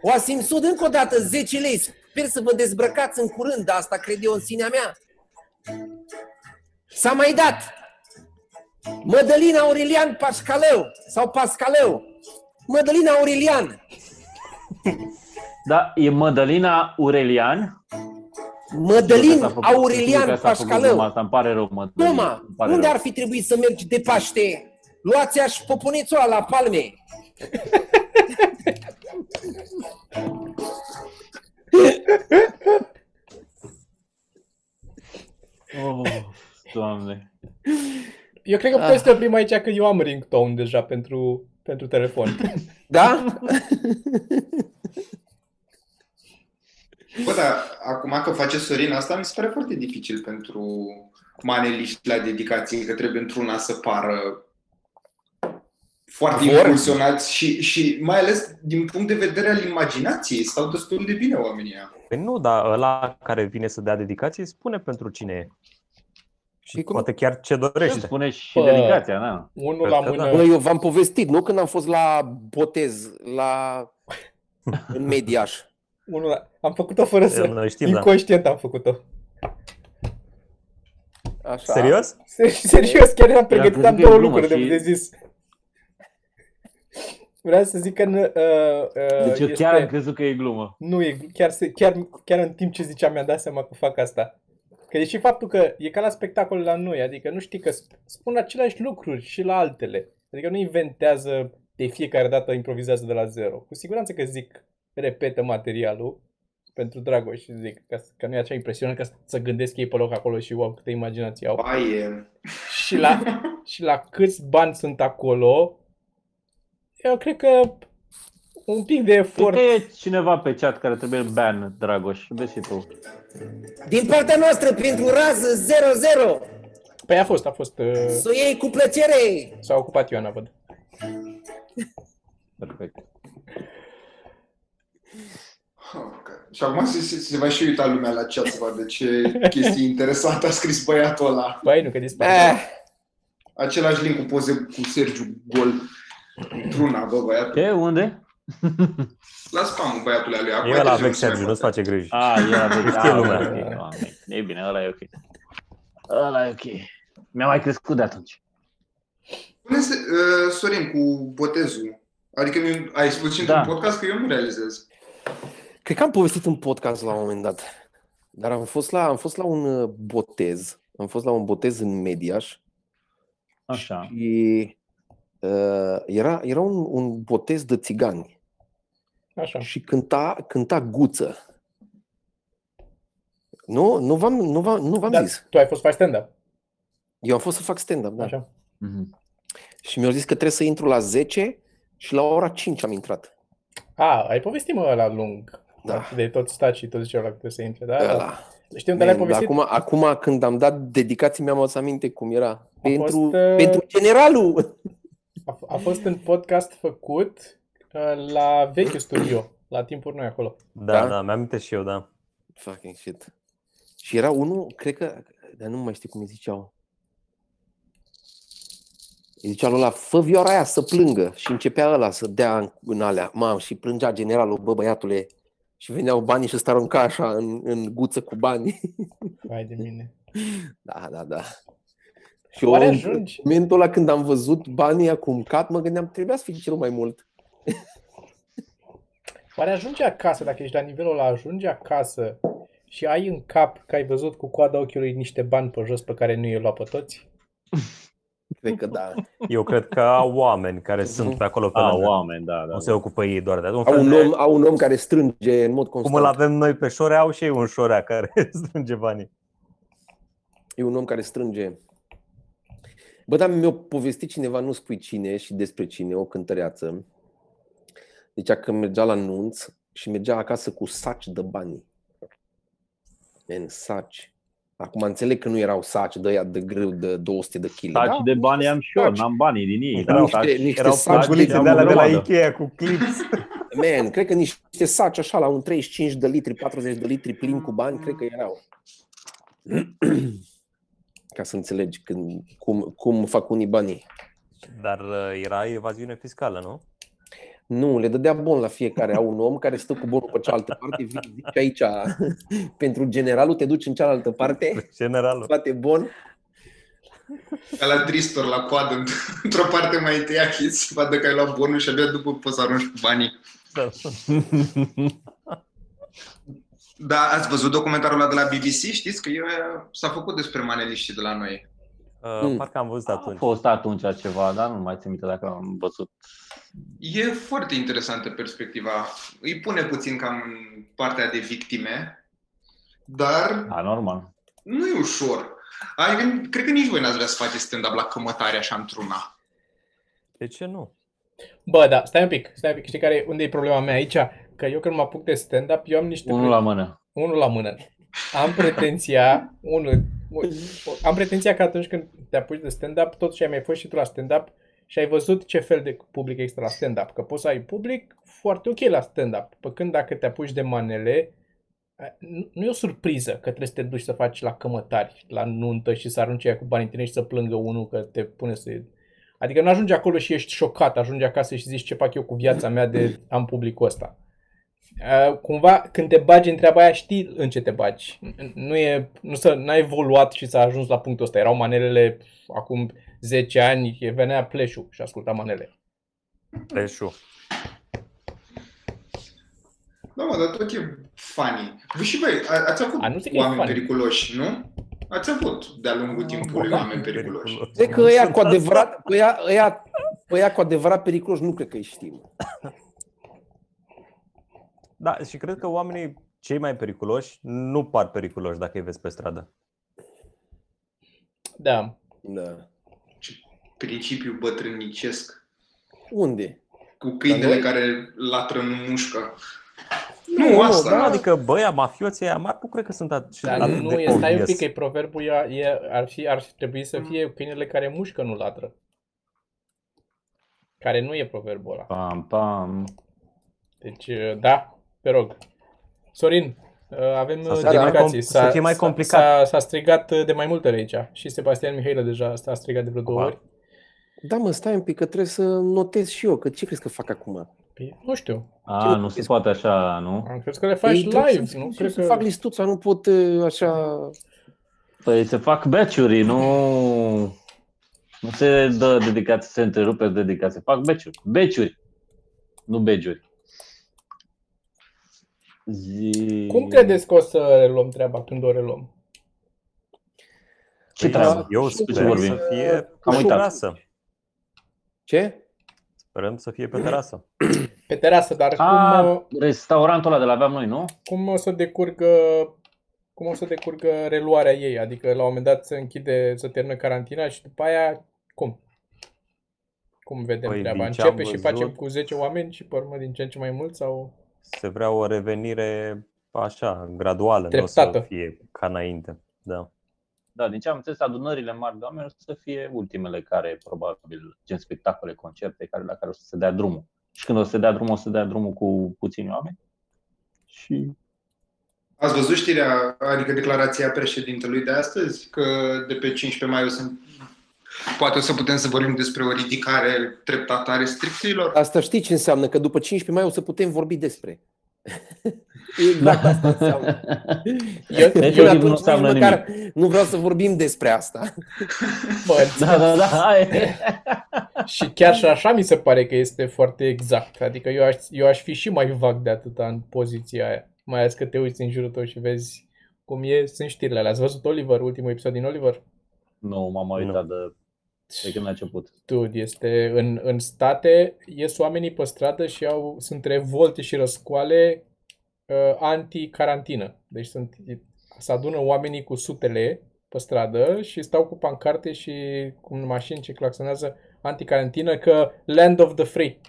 Speaker 3: Oasim Sod, încă o dată, 10 lei. Sper să vă dezbrăcați în curând, dar asta cred eu în sinea mea. S-a mai dat. Mădălina Aurelian Pascaleu sau Pascaleu. Mădălina Aurelian.
Speaker 2: da, e Mădălina Aurelian. Nu
Speaker 3: Mădălin
Speaker 2: că s-a făcut- nu că
Speaker 3: Aurelian
Speaker 2: s-a făcut gluma
Speaker 3: Pascaleu.
Speaker 2: Asta îmi pare rău, Mădălina.
Speaker 3: Toma,
Speaker 2: îmi pare
Speaker 3: unde
Speaker 2: rău.
Speaker 3: ar fi trebuit să mergi de Paște? Luați-a și popuneți-o la palme.
Speaker 2: Oh, doamne.
Speaker 1: Eu cred că
Speaker 4: Ah.
Speaker 1: putem să ne oprim aici că eu am ringtone deja pentru, pentru telefon.
Speaker 3: Da?
Speaker 5: Bă, dar acum că face Sorin asta, mi se pare foarte dificil pentru maneliști la dedicație, că trebuie într-una să pară foarte
Speaker 3: Vor.
Speaker 5: impulsionați și, și mai ales din punct de vedere al imaginației, stau destul de bine oamenii ăia.
Speaker 4: Păi nu, dar ăla care vine să dea dedicație spune pentru cine e. Și
Speaker 6: Păi cum-
Speaker 4: poate chiar ce
Speaker 2: Îmi
Speaker 4: dorește.
Speaker 2: spune și
Speaker 1: Bă.
Speaker 2: delicația, da.
Speaker 1: Unul la
Speaker 4: Cred că da.
Speaker 1: mână.
Speaker 6: Bă, eu v-am povestit, nu? Când am fost la botez, la... în mediaș.
Speaker 1: Unul la... Am făcut-o fără să...
Speaker 4: Noi știm, da.
Speaker 1: Inconștient am făcut-o.
Speaker 6: Așa.
Speaker 4: Serios?
Speaker 1: Ser- Serios, chiar am pregătit,
Speaker 2: crezut
Speaker 1: am
Speaker 2: că e
Speaker 1: două
Speaker 2: glumă
Speaker 1: lucruri de,
Speaker 2: și-
Speaker 1: de zis. Vreau să zic că în, uh, uh,
Speaker 2: Deci eu
Speaker 1: este...
Speaker 2: chiar am crezut că e glumă.
Speaker 1: Nu, e, chiar, se- chiar, chiar în timp ce ziceam mi-am dat seama că fac asta. Că e și faptul că e ca la spectacol la noi, adică nu știi că sp- spun aceleași lucruri și la altele. Adică nu inventează de fiecare dată, improvizează de la zero. Cu siguranță că zic, repetă materialul pentru Dragoș și zic că, că nu e acea impresiune că să gândesc ei pe loc acolo și wow, câtă imaginație au.
Speaker 5: Ba, e...
Speaker 1: Și la, și la câți bani sunt acolo, eu cred că un pic de
Speaker 2: Cred
Speaker 1: efort
Speaker 2: că e cineva pe chat care trebuie ban, Dragoș. Vezi și tu.
Speaker 3: Din partea noastră, pentru rază 0-0.
Speaker 1: Păi a fost, a fost. uh,
Speaker 3: Să o iei cu plăcere.
Speaker 1: S-a ocupat Ioana, văd.
Speaker 2: Perfect.
Speaker 5: Și acum se, se, se va și uita lumea la chat să vadă ce chestii interesante a scris băiatul ăla.
Speaker 1: Băi, nu că dispare.
Speaker 3: Eh,
Speaker 5: Același link cu poze cu Sergiu Gol într-una, bă, băiatul.
Speaker 2: Ce? Unde?
Speaker 5: La spam băiatului lui. Acum
Speaker 4: E
Speaker 5: ai
Speaker 4: ăla
Speaker 5: trezit
Speaker 4: vechi,
Speaker 5: să mai
Speaker 4: Sergiu, nu-ți
Speaker 5: poate.
Speaker 4: face griji.
Speaker 2: A, e la vechi.
Speaker 4: Știe
Speaker 2: Ah,
Speaker 4: lumea.
Speaker 2: ok, doamne. E bine, ăla e ok. Ăla e ok. Mi-a mai crescut de atunci.
Speaker 5: Spune, uh, Sorin, cu botezul. Adică mi ai spus și
Speaker 2: Da.
Speaker 5: într-un podcast că eu nu realizez.
Speaker 6: Cred că am povestit în podcast la un moment dat. Dar am fost la, am fost la un uh, botez. Am fost la un botez în Mediaș.
Speaker 2: Așa.
Speaker 6: Și uh, era, era un, un botez de țigani.
Speaker 1: Așa.
Speaker 6: Și cânta, cânta guță. Nu, nu v-am, nu v-am, nu v-am
Speaker 1: Da,
Speaker 6: zis.
Speaker 1: tu ai fost faci stand-up.
Speaker 6: Eu am fost să fac stand-up. Da.
Speaker 1: Așa.
Speaker 2: Mhm.
Speaker 6: Și mi-au zis că trebuie să intru la 10 și la ora 5 am intrat.
Speaker 1: A, Ah, ai povestit mă la lung.
Speaker 6: Da.
Speaker 1: De tot stat și tot ziceau la câte se intre, Ah, da? da.
Speaker 6: Ăla.
Speaker 1: Știu, dar
Speaker 6: Man,
Speaker 1: ai
Speaker 6: dar
Speaker 1: povestit.
Speaker 6: acum, acum când am dat dedicații mi-am adus aminte cum era. Pentru,
Speaker 1: fost, uh,
Speaker 6: pentru generalul!
Speaker 1: A, f- a fost un podcast făcut uh, la vechiul studio, la timpuri noi acolo.
Speaker 4: Da,
Speaker 6: Da?
Speaker 4: da, mi-am aminte și eu, da.
Speaker 6: Fucking shit. Și era unul, cred că, dar nu mai știu cum îi ziceau. Îi zicea lui ăla, fă vioara aia să plângă. Și începea ăla să dea în, în alea. Mam, și plângea generalul, bă băiatule. Și veneau banii și îți arunca așa în, în guță cu bani.
Speaker 1: Vai de mine.
Speaker 6: Da, da, da. Și eu,
Speaker 1: Oare
Speaker 6: în
Speaker 1: ajungi?
Speaker 6: momentul ăla când am văzut banii acum cap, mă gândeam, trebuia să fie cel mai mult.
Speaker 1: Oare ajunge acasă, dacă ești la nivelul ăla, ajunge acasă și ai în cap că ai văzut cu coada ochiului niște bani pe jos pe care nu i-ai luat pe toți?
Speaker 3: Cred că da.
Speaker 4: Eu cred că au oameni care sunt pe acolo pe
Speaker 2: A,
Speaker 4: lângă.
Speaker 2: oameni, da, da.
Speaker 4: Nu se ocupă ei doar de asta. Un
Speaker 3: Au
Speaker 4: fel
Speaker 3: un
Speaker 4: de-
Speaker 3: om, au un om care strânge în mod
Speaker 4: Cum îl
Speaker 3: constant.
Speaker 4: avem noi pe șorea, au și ei un șorea care strânge banii.
Speaker 3: E un om care strânge. Bă, dar mi-a povestit cineva, nu spui cine și despre cine, o cântăreață. Zicea că mergea la nunț și mergea acasă cu saci de bani. În saci. Acum înțeleg că nu erau saci de ăia de greu de 200 de kg.
Speaker 2: Da, Taci de bani am și eu,
Speaker 3: Taci.
Speaker 2: n-am banii din ei. dar
Speaker 3: Erau niște,
Speaker 2: taci-
Speaker 3: niște
Speaker 4: Erau
Speaker 3: saci
Speaker 4: plagulițe
Speaker 2: de
Speaker 4: de alea de la
Speaker 2: grămadă.
Speaker 4: Ikea cu clips.
Speaker 3: Man, cred că niște saci așa la un 35 de litri, 40 de litri plin cu bani, cred că erau. Ca să înțelegi când, cum, cum fac unii banii.
Speaker 4: Dar uh, era evaziune fiscală, nu?
Speaker 3: Nu, le dădea bon la fiecare. Au un om care stă cu bonul pe cealaltă parte, vii zici aici, pentru generalul te duci în cealaltă parte,
Speaker 4: Generalul.
Speaker 3: bate bon.
Speaker 5: Ca la dristor, la coadă, înt- într-o parte mai întâi achizi, să vadă că ai luat bonul și abia după poți să arunci cu banii. Da, ați văzut documentarul ăla de la BBC? Știți că eu, s-a făcut despre maneliștii de la noi.
Speaker 4: Uh, parcă am văzut
Speaker 2: A
Speaker 4: atunci.
Speaker 2: fost atunci ceva, dar nu mai țin minte dacă am văzut.
Speaker 5: E foarte interesantă perspectiva. Îi pune puțin cam în partea de victime, dar
Speaker 2: Da, normal.
Speaker 5: nu e ușor. Adică, cred că nici voi n-ați vrea să faceți stand-up la cămătare așa într-una.
Speaker 4: De ce nu?
Speaker 1: Bă, da, stai un pic, stai un pic. Știi care, unde e problema mea aici? Că eu când mă apuc de stand-up, eu am niște...
Speaker 2: Unul la mână.
Speaker 1: unul la mână. Am pretenția, unul, am pretenția că atunci când te apuci de stand-up, totuși ai mai fost și tu la stand-up și ai văzut ce fel de public există la stand-up. Că poți să ai public foarte ok la stand-up. Pe când dacă te apuci de manele, a, nu- nu e o surpriză că trebuie să te duci să faci la cămătari, la nuntă și să arunci aia cu banii în tine și să plângă unul că te pune să... Adică nu ajungi acolo și ești șocat, ajungi acasă și zici ce fac eu cu viața mea de am publicul ăsta. Uh, cumva când te bagi în treaba aia știi în ce te bagi. N- Nu e, nu s-a, n-a evoluat și s-a ajuns la punctul ăsta. Erau manelele acum 10 ani, e- venea pleșul și asculta manele.
Speaker 4: Preșu.
Speaker 5: Da, mă, dar tot e funny. Voi și voi, a- ați avut
Speaker 1: A, nu zic că e
Speaker 5: oameni
Speaker 1: funny.
Speaker 5: periculoși, nu? Ați avut de-a lungul timpului oameni periculoși.
Speaker 3: Cred că ăia cu adevărat, ăia, ăia, ăia cu adevărat periculos, nu cred că îi știm.
Speaker 4: Da, și cred că oamenii cei mai periculoși nu par periculoși dacă îi vezi pe stradă.
Speaker 1: Da.
Speaker 3: Da.
Speaker 5: Principiul bătrânicesc
Speaker 3: Unde?
Speaker 5: cu
Speaker 3: Dar
Speaker 5: câinele
Speaker 3: noi-
Speaker 5: care latră în mușcă. Nu, asta.
Speaker 4: Da, adică băia, mafioții aia mari, nu cred că sunt atât
Speaker 1: Dar
Speaker 4: atât
Speaker 1: nu
Speaker 4: Da, de
Speaker 1: e, stai un
Speaker 4: obvious.
Speaker 1: pic, că e proverbul, e, e, ar, fi, ar trebui să fie câinele care mușcă, nu latră. Care nu e proverbul ăla.
Speaker 2: Pam, pam.
Speaker 1: Deci, uh, da, te rog. Sorin, uh, avem
Speaker 4: Să
Speaker 1: uh,
Speaker 4: fie
Speaker 3: mai com-
Speaker 1: dedicații.
Speaker 4: să fie mai complicat.
Speaker 1: S-a, s-a strigat uh, de mai multe ori aici. Și Sebastian Mihailă deja s-a strigat de vreo două
Speaker 4: Opa.
Speaker 1: ori.
Speaker 3: Da, mă, stai un pic, că trebuie să notez și eu, că ce crezi că fac acum?
Speaker 1: Păi, nu știu.
Speaker 2: A, nu se poate așa, nu?
Speaker 1: Am crezut că le faci
Speaker 3: Ei, trebuie
Speaker 1: live,
Speaker 3: să,
Speaker 1: nu?
Speaker 3: Cred
Speaker 1: Cred
Speaker 3: să
Speaker 1: că...
Speaker 3: fac listuța, nu pot uh, așa...
Speaker 2: Păi se fac beciuri, nu... Nu se dă dedicație, se întrerupe dedicație. Fac beciuri. Beciuri. Nu begiuri. Zi...
Speaker 1: Cum credeți că o să reluăm treaba când o reluăm?
Speaker 2: Ce
Speaker 4: Păi,
Speaker 2: treabă?
Speaker 4: Eu
Speaker 3: Ce
Speaker 4: sper
Speaker 2: vorbim?
Speaker 4: să fie pe
Speaker 2: Am uitat.
Speaker 4: terasă.
Speaker 3: Ce?
Speaker 4: Sperăm să fie pe terasă.
Speaker 1: Pe terasă, dar
Speaker 2: A,
Speaker 1: cum,
Speaker 3: Ah.
Speaker 1: uh,
Speaker 2: restaurantul ăla de la aveam noi, nu?
Speaker 1: cum o să decurgă cum o să decurgă reluarea ei? Adică la un moment dat se închide, se termină carantina și după aia cum? Cum vedem
Speaker 4: Păi,
Speaker 1: treaba?
Speaker 4: din ce am
Speaker 1: Începe și facem
Speaker 4: văzut-
Speaker 1: cu 10 oameni și pe urmă din ce în ce mai mult sau
Speaker 4: Se vrea o revenire așa, graduală, nu o
Speaker 1: Treptată.
Speaker 4: să fie ca înainte. Da.
Speaker 2: Da, din ce am înțeles, adunările mari de oameni o să fie ultimele care, probabil, gen spectacole, concerte, care, la care o să se dea drumul. Și când o să se dea drumul, o să se dea drumul cu puțini oameni. Și
Speaker 5: Ați văzut știrea, adică declarația președintelui de astăzi, că de pe 15 mai o să poate o să putem să vorbim despre o ridicare treptată a restricțiilor.
Speaker 3: Asta știi ce înseamnă? Că după 15 mai o să putem vorbi despre. exact asta înseamnă.
Speaker 1: Eu-
Speaker 3: Până
Speaker 2: eu-
Speaker 3: atunci
Speaker 2: nu
Speaker 3: nici
Speaker 2: înseamnă
Speaker 3: măcar nu vreau să vorbim despre asta.
Speaker 1: Bă,
Speaker 2: Da, da, da, aia e.
Speaker 1: Și chiar și așa mi se pare că este foarte exact. Adică eu aș, eu aș fi și mai vag de atâta în poziția aia. Mai ales că te uiți în jurul tău și vezi cum e, sunt știrile alea. Ați văzut Oliver, ultimul episod din Oliver?
Speaker 2: Nu, m-am mai uitat de, de când a început.
Speaker 1: Dude, este în, în state, ies oamenii pe stradă și au, sunt revolte și răscoale uh, anti-carantină. Deci sunt, se adună oamenii cu sutele pe stradă și stau cu pancarte și cu mașini ce claxonează anti-carantină că land of the free.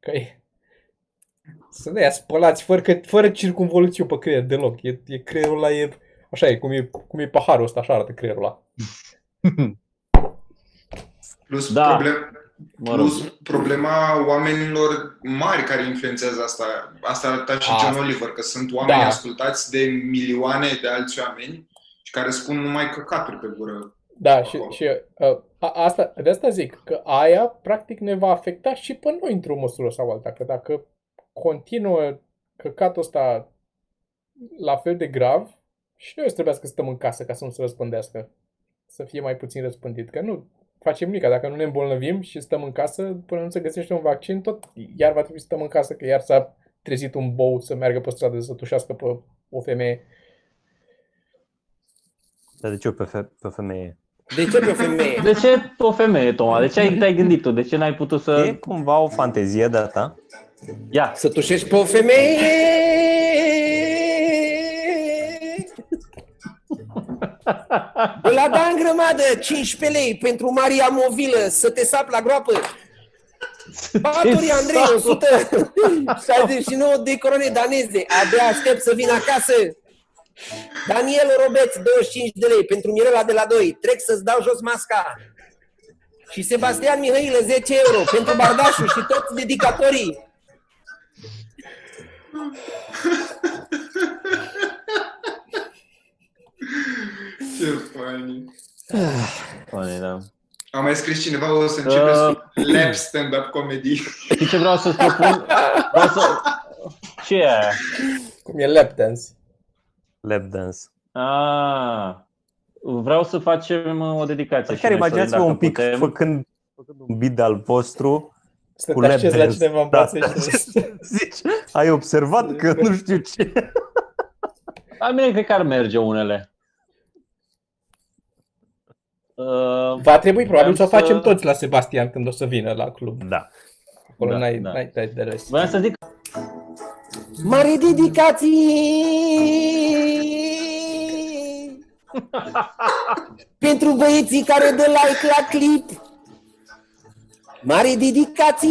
Speaker 1: Că e, să ne ia spălați fără, că, fără circunvoluție pe creier deloc. E, e creierul ăla, e, așa e cum, e, cum e paharul ăsta, așa arată creierul ăla.
Speaker 5: Plus,
Speaker 2: Da.
Speaker 5: problem,
Speaker 2: Mă rog.
Speaker 5: plus problema oamenilor mari care influențează asta. Asta arăta și
Speaker 1: A.
Speaker 5: John Oliver, că sunt oameni
Speaker 1: Da.
Speaker 5: ascultați de milioane de alți oameni și care spun numai căcaturi pe gură.
Speaker 1: Da, și,
Speaker 5: Acolo.
Speaker 1: și uh, a, asta, de asta zic, că aia practic ne va afecta și pe noi într-o măsură sau alta, că dacă continuă căcatul ăsta la fel de grav, și noi o să trebuiască să stăm în casă ca să nu se răspândească, să fie mai puțin răspândit, că nu facem nimic, dacă nu ne îmbolnăvim și stăm în casă, până nu se găsește un vaccin, tot iar va trebui să stăm în casă, că iar s-a trezit un bou să meargă pe stradă să tușească pe o femeie.
Speaker 4: Dar de ce pe, fe- pe femeie?
Speaker 3: De ce pe o femeie?
Speaker 2: De ce o femeie, Toma? De ce ai, te-ai gândit tu? De ce n-ai putut
Speaker 4: E
Speaker 2: să...
Speaker 4: cumva o fantezie de-a ta?
Speaker 2: Ia,
Speaker 3: Să tușești pe o femeie! La da în grămadă 15 lei pentru Maria Movilă să te sap la groapă. Paturi Andrei, 169 de corone daneze. Abia aștept să vin acasă. Daniel Robeț, 25 de lei pentru Mirela de la 2. Trec să-ți dau jos masca. Și Sebastian Mihailă, 10 euro pentru Bardașul și toți dedicatorii.
Speaker 5: Ce funny.
Speaker 2: Funny, da.
Speaker 5: A mai scris cineva, o să începeți
Speaker 2: Uh.
Speaker 5: cu lap stand-up comedy.
Speaker 2: Știi ce vreau să-ți propun? Vreau să... Ce e aia?
Speaker 1: Cum e lap dance.
Speaker 4: Lap dance.
Speaker 2: Ah, vreau să facem o dedicație. și
Speaker 4: Chiar
Speaker 2: noi, Sorin,
Speaker 4: imaginați-vă
Speaker 2: dacă
Speaker 4: un pic
Speaker 2: putem.
Speaker 4: făcând, făcând un bid al vostru
Speaker 1: Să
Speaker 4: cu
Speaker 1: te
Speaker 4: lap
Speaker 1: așezi la
Speaker 4: dance.
Speaker 1: cineva în
Speaker 4: Da,
Speaker 1: brațe
Speaker 4: da,
Speaker 1: și...
Speaker 4: zici, ai observat că nu știu ce.
Speaker 2: La mine cred că ar merge unele. Uh,
Speaker 1: Va trebui probabil să o
Speaker 2: Vreau să-
Speaker 1: facem toți la Sebastian când o să vină la club.
Speaker 4: Da.
Speaker 1: Acolo
Speaker 2: Da,
Speaker 1: n-ai,
Speaker 2: da.
Speaker 1: n-ai tăiat de rest.
Speaker 2: Vreau să zic,
Speaker 3: Mari dedicații! Pentru băieții care dă like la clip! Mari dedicații!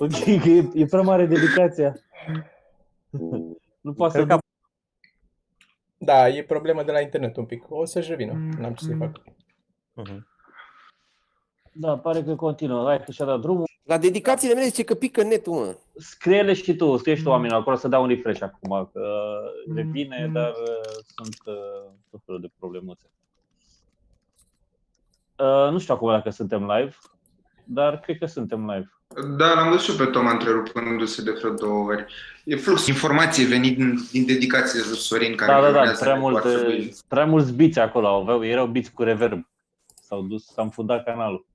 Speaker 2: ok, că e, e prea mare dedicația. Nu poate să...
Speaker 4: Mm, Cred că
Speaker 1: Da, e problemă de la internet un pic. O să-și revină. N-am ce să-i fac.
Speaker 4: Mhm.
Speaker 2: Da, pare că continuă. Hai că și-a dat drumul.
Speaker 6: La dedicațiile mele zice că pică netul, mă.
Speaker 2: Scrie-le și tu, scrie și tu oamenilor acolo să dau un refresh acum, că uh, revine, dar uh, sunt uh, tot felul de problemuțe. Uh, nu știu acum dacă suntem live, dar cred că suntem live.
Speaker 5: Da, l-am văzut și eu pe Toma întrerupându-se de vreo două ori. E flux de informație venit din, din dedicație de Sorin, care
Speaker 2: Da, da, da,
Speaker 5: urmează
Speaker 2: prea,
Speaker 5: cu foarte
Speaker 2: multe,
Speaker 5: bine.
Speaker 2: prea mulți biți acolo aveau, erau biți cu reverb. S-au dus, s-a înfundat canalul.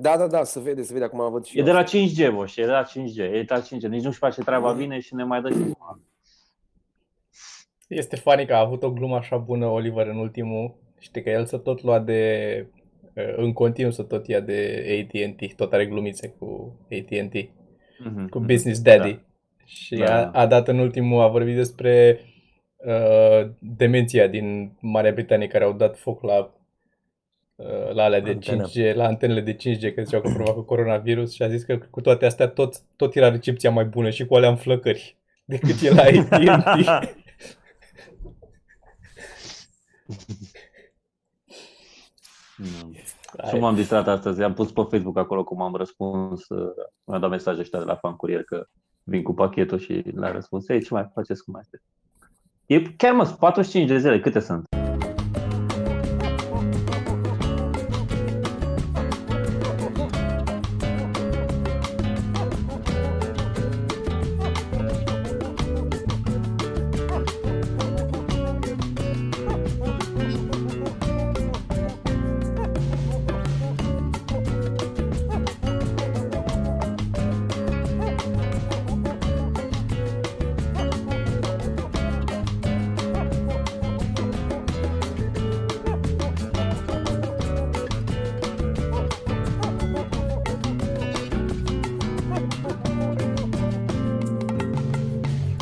Speaker 6: Da, da, da, să vede, să vede, acum văd și
Speaker 2: E
Speaker 6: eu
Speaker 2: de la
Speaker 6: asta.
Speaker 2: 5G, boș, e de la 5G, e de la 5G. Nici nu-și face treaba
Speaker 6: Mhm.
Speaker 2: bine și ne mai dă și
Speaker 1: Este funny că a avut o glumă așa bună Oliver în ultimul. Știi că el să tot lua de... uh, În continuu să tot ia de AT&T. Tot are glumițe cu AT&T.
Speaker 2: Mhm.
Speaker 1: cu Business Daddy.
Speaker 2: Da.
Speaker 1: Și
Speaker 2: Da,
Speaker 1: a,
Speaker 2: da.
Speaker 1: a dat în ultimul, a vorbit despre uh, demenția din Marea Britanie care au dat foc la uh, la alea de
Speaker 4: Antene.
Speaker 1: 5G, la antenele de 5G, că ziceau că provoacă coronavirus și a zis că cu toate astea tot, tot era recepția mai bună și cu alea în flăcări decât e la AT&T.
Speaker 2: Nu. Și m-am distrat astăzi, am pus pe Facebook acolo cum am răspuns, uh, mi-a dat mesaje ăștia de la fan curier că vin cu pachetul și le-a răspuns, ei, ce mai faceți, cum mai este? E chiar mă, 45 de zile, câte sunt?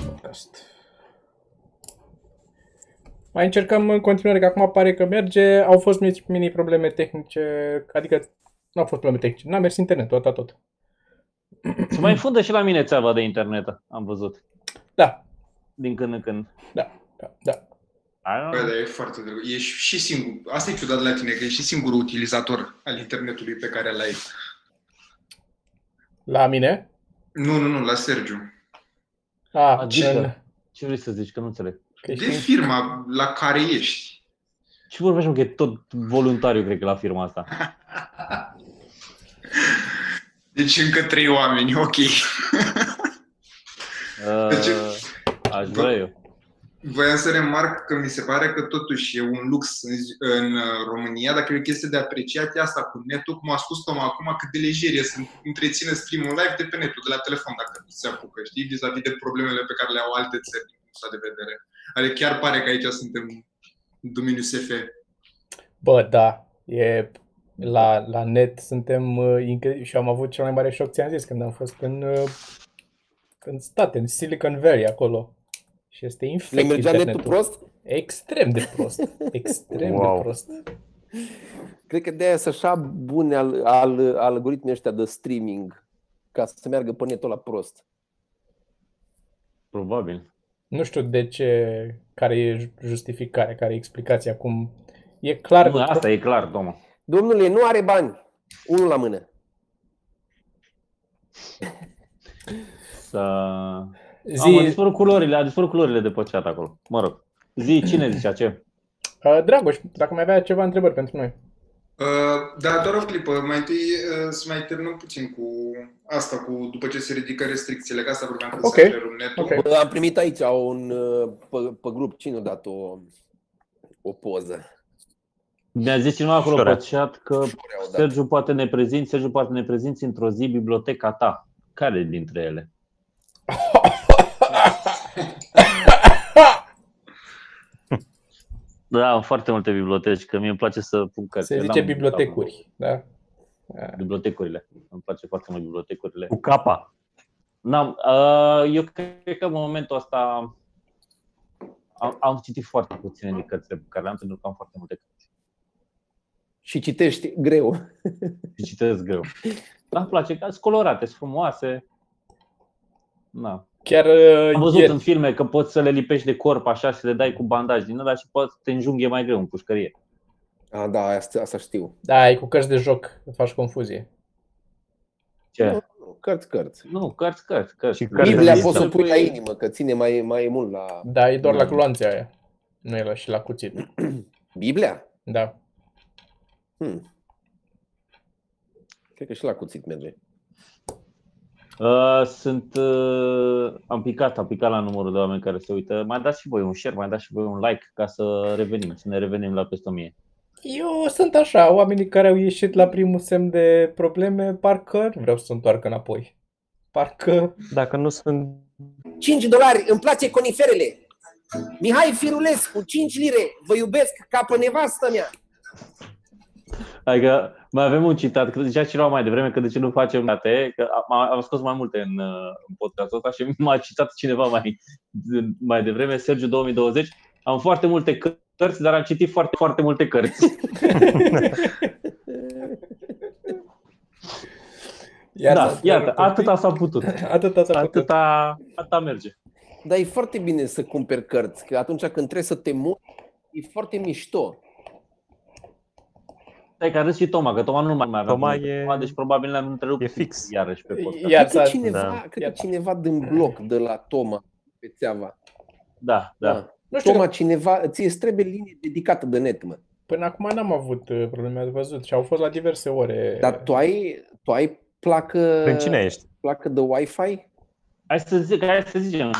Speaker 1: podcast. Mai încercăm în continuare, că acum pare că merge. Au fost mici mini probleme tehnice, adică nu au fost probleme tehnice. N-a mers internetul, atâta tot.
Speaker 2: Se mai fundă și la mine țeava de internet, am văzut,
Speaker 1: Da,
Speaker 2: din când în când.
Speaker 1: da, da, da.
Speaker 2: I don't
Speaker 5: Bă,
Speaker 2: know.
Speaker 5: dar e foarte drăguț. Ești și singur. Asta e ciudat la tine, că ești și singurul utilizator al internetului pe care l-ai.
Speaker 1: La mine?
Speaker 5: Nu, nu, nu, la Sergiu.
Speaker 1: A,
Speaker 2: Adică?
Speaker 1: în-
Speaker 2: Ce vrei să zici, că nu înțeleg.
Speaker 1: că
Speaker 5: De
Speaker 1: știi-
Speaker 5: firma la care ești.
Speaker 2: Ce vorbești, mă, că e tot voluntariu, cred că, la firma asta.
Speaker 5: Deci încă trei oameni, ok.
Speaker 2: Uh, aș vrea eu.
Speaker 5: Voiam să remarc că mi se pare că totuși e un lux în, zi- în uh, România, dar cred că e o chestie de apreciat e asta cu netul, cum a spus Toma acum, cât de lejer e să întreține stream-ul live de pe netul, de la telefon, dacă se apucă, știi, vis-a-vis de problemele pe care le au alte țări din punctul ăsta de vedere. Adică chiar pare că aici suntem în domeniul SF.
Speaker 1: Bă, da, e la, la net suntem uh, incredibil și am avut cel mai mare șoc, ți-am zis, când am fost în, uh, în state, în Silicon Valley, acolo. Și este
Speaker 6: Le
Speaker 1: infect
Speaker 6: mergea netul
Speaker 1: internetul.
Speaker 6: prost?
Speaker 1: Extrem de prost. Extrem
Speaker 4: Wow.
Speaker 1: de prost.
Speaker 6: Cred că de-aia sunt așa bune al, al, algoritmii ăștia de streaming ca să meargă pe netul la prost.
Speaker 2: Probabil.
Speaker 1: Nu știu de ce, care e ju- justificarea, care e explicația, cum... E clar
Speaker 2: Nu, asta e clar, Toma.
Speaker 6: Domnule, nu are bani. Unul la mână.
Speaker 2: Să... Zi... Am
Speaker 1: Zi,
Speaker 2: dispărut culorile, a dispărut culorile de pe chat acolo. Mă rog. Zi, cine zicea ce?
Speaker 1: uh, Dragoș, dacă mai avea ceva întrebări pentru noi.
Speaker 5: Uh, da, doar o clipă. Mai întâi uh, să mai terminăm puțin cu asta, cu după ce se ridică restricțiile, că asta vorbeam că
Speaker 1: Ok.
Speaker 5: se întrerup netul.
Speaker 1: Ok.
Speaker 6: Bă, Am primit aici un, uh, pe, pe grup, cine a dat o, o poză?
Speaker 2: Mi-a zis cineva acolo
Speaker 4: Șorea.
Speaker 2: pe chat că
Speaker 6: Florea o dat.
Speaker 2: Sergiu poate ne prezinți, Sergiu poate ne prezinți într-o zi biblioteca ta. Care dintre ele? Da, am foarte multe biblioteci, că mie îmi place să pun cărți.
Speaker 1: Se
Speaker 2: Eu
Speaker 1: zice
Speaker 2: n-am-
Speaker 1: bibliotecuri, da?
Speaker 2: Bibliotecurile. Îmi place foarte mult bibliotecurile.
Speaker 4: Cu capa.
Speaker 2: N-am, uh, eu cred că în momentul ăsta am, am citit foarte puține din cărțile pe care le-am, pentru că am foarte multe cărți.
Speaker 6: Și citești greu.
Speaker 2: Și citesc greu. Dar îmi place că sunt colorate, sunt frumoase. Na.
Speaker 1: Chiar uh,
Speaker 2: Am văzut
Speaker 1: ieri,
Speaker 2: în filme că poți să le lipești de corp așa și le dai cu bandaj din ăla și poți să te înjunghe mai greu în pușcărie.
Speaker 6: A, da, asta, asta știu.
Speaker 1: da, e cu cărți de joc, faci confuzie.
Speaker 2: Ce?
Speaker 6: Cărți, cărți.
Speaker 2: Nu, cărți, cărți, cărți.
Speaker 4: Și cărți
Speaker 2: Biblia
Speaker 6: Da. Biblia
Speaker 4: există.
Speaker 6: poți să o
Speaker 2: fost
Speaker 6: pui la inimă, că ține mai, mai mult la...
Speaker 1: Da, e doar
Speaker 2: Da.
Speaker 1: la gloanțe aia. Nu e la și la cuțit.
Speaker 6: Biblia?
Speaker 1: Da.
Speaker 6: Hmm. Cred că și la cuțit merge.
Speaker 2: Uh, sunt, uh, am picat, am picat la numărul de oameni care se uită. Mai dați și voi un share, mai dați și voi un like ca să revenim, să ne revenim la peste 1000.
Speaker 1: Eu sunt așa, oamenii care au ieșit la primul semn de probleme, parcă nu vreau să se întoarcă înapoi. Parcă...
Speaker 4: Dacă nu sunt
Speaker 3: 5 dolari, îmi place coniferele. Mihai Firulescu, 5 lire, vă iubesc ca pe nevastă mea.
Speaker 2: Adică mai avem un citat, că zicea cineva mai devreme că de ce nu facem date, că am, am scos mai multe în, uh, în podcastul ăsta și m-a citat cineva mai, mai devreme, Sergiu 2020. Am foarte multe cărți, dar am citit foarte, foarte multe cărți.
Speaker 1: Iată,
Speaker 2: da, iată, atâta s-a putut.
Speaker 1: Atâta s-a făcut.
Speaker 2: Atâta, atâta merge.
Speaker 6: Dar e foarte bine să cumperi cărți, că atunci când trebuie să te mori, e foarte mișto.
Speaker 2: Stai că a râs și Toma, că Toma nu mai avea
Speaker 4: Toma
Speaker 2: cuvinte.
Speaker 4: e-
Speaker 2: Toma, deci probabil l-am întrerupt
Speaker 4: e fix.
Speaker 2: iarăși pe podcast.
Speaker 1: Ia-
Speaker 6: Cred
Speaker 1: Viața-
Speaker 6: că cineva,
Speaker 4: da.
Speaker 6: cred că cineva din bloc de la Toma pe țeava.
Speaker 2: Da, da.
Speaker 1: Nu știu,
Speaker 6: Toma, cineva, ție îți trebuie linie dedicată de net, mă.
Speaker 1: până acum n-am avut uh, probleme, ați văzut, și au fost la diverse ore.
Speaker 3: Da.
Speaker 6: Dar tu ai, tu ai placă,
Speaker 4: Prin cine ești?
Speaker 6: placă de Wi-Fi?
Speaker 2: Hai să, zic, hai să zicem.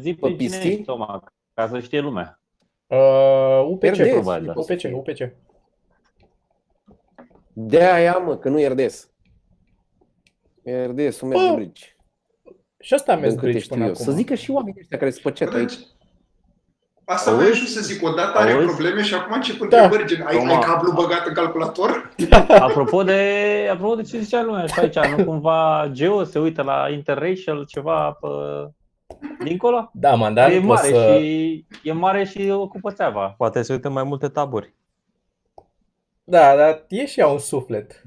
Speaker 2: Zi
Speaker 6: Pe
Speaker 2: pe cine
Speaker 6: PC?
Speaker 2: ești, Toma, ca să știe lumea.
Speaker 1: Uh, UPC,
Speaker 6: RDS,
Speaker 2: probabil, da.
Speaker 1: UPC, UPC.
Speaker 6: De aia, mă, că nu e RDS. E RDS, un mers de
Speaker 1: Bă,
Speaker 6: bridge.
Speaker 1: Și asta am
Speaker 6: Din
Speaker 1: mers
Speaker 6: câte
Speaker 1: bridge
Speaker 6: știu
Speaker 1: până
Speaker 6: eu.
Speaker 1: acum.
Speaker 6: Să zică și oamenii ăștia care sunt pe chat aici.
Speaker 5: Deci, Asta
Speaker 2: Auzi?
Speaker 5: voiam și eu să zic, odată are
Speaker 2: Auzi?
Speaker 5: probleme și acum încep
Speaker 1: Da.
Speaker 5: întrebări, gen, ai,
Speaker 2: Toma.
Speaker 5: ai cablu băgat în calculator?
Speaker 2: Apropo de, apropo de ce zicea lumea, și aici, nu cumva Geo se uită la Interracial ceva pe Dincolo?
Speaker 1: Da, mandat.
Speaker 2: Dar e
Speaker 1: o
Speaker 2: mare,
Speaker 1: să...
Speaker 2: și, e mare și ocupă țeava.
Speaker 4: Poate se uită în mai multe taburi.
Speaker 1: Da, dar e și ea un suflet.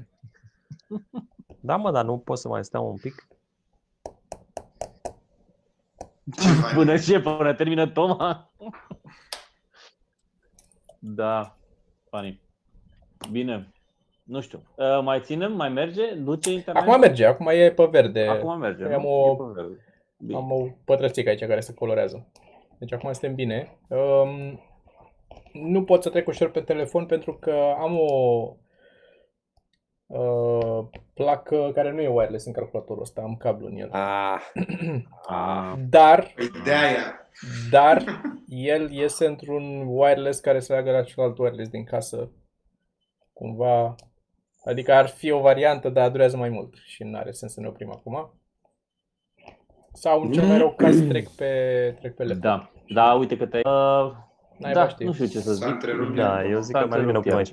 Speaker 4: Da, mă, dar nu pot să mai stau un pic.
Speaker 5: Ce fain.
Speaker 2: Până ce? Până termină Toma? da, funny. Bine. Nu știu. Uh, mai ținem? Mai merge? Duce internet?
Speaker 1: Acum merge, acum e pe verde.
Speaker 2: Acum merge.
Speaker 1: Am
Speaker 2: nu?
Speaker 1: o-
Speaker 2: E pe verde. Bine.
Speaker 1: Am o pătrățică aici care se colorează. Deci acum suntem bine. Um, nu pot să trec ușor pe telefon pentru că am o uh, placă care nu e wireless în calculatorul ăsta, am cablu în el.
Speaker 6: Ah,
Speaker 2: Ah,
Speaker 1: Dar,
Speaker 5: Păi de aia.
Speaker 1: dar el iese într-un wireless care se leagă la celălalt wireless din casă. Cumva, adică ar fi o variantă, dar durează mai mult și nu are sens să ne oprim acum. Sau în cel mai rău caz trec pe, trec pe laptop.
Speaker 2: da. Da, uite că te... Uh,
Speaker 1: Naiba
Speaker 2: da,
Speaker 1: știe.
Speaker 2: nu știu ce să
Speaker 5: S-a
Speaker 2: zic. da.
Speaker 5: întrerupt
Speaker 4: Da, eu Da, zic că mai bine oprim aici.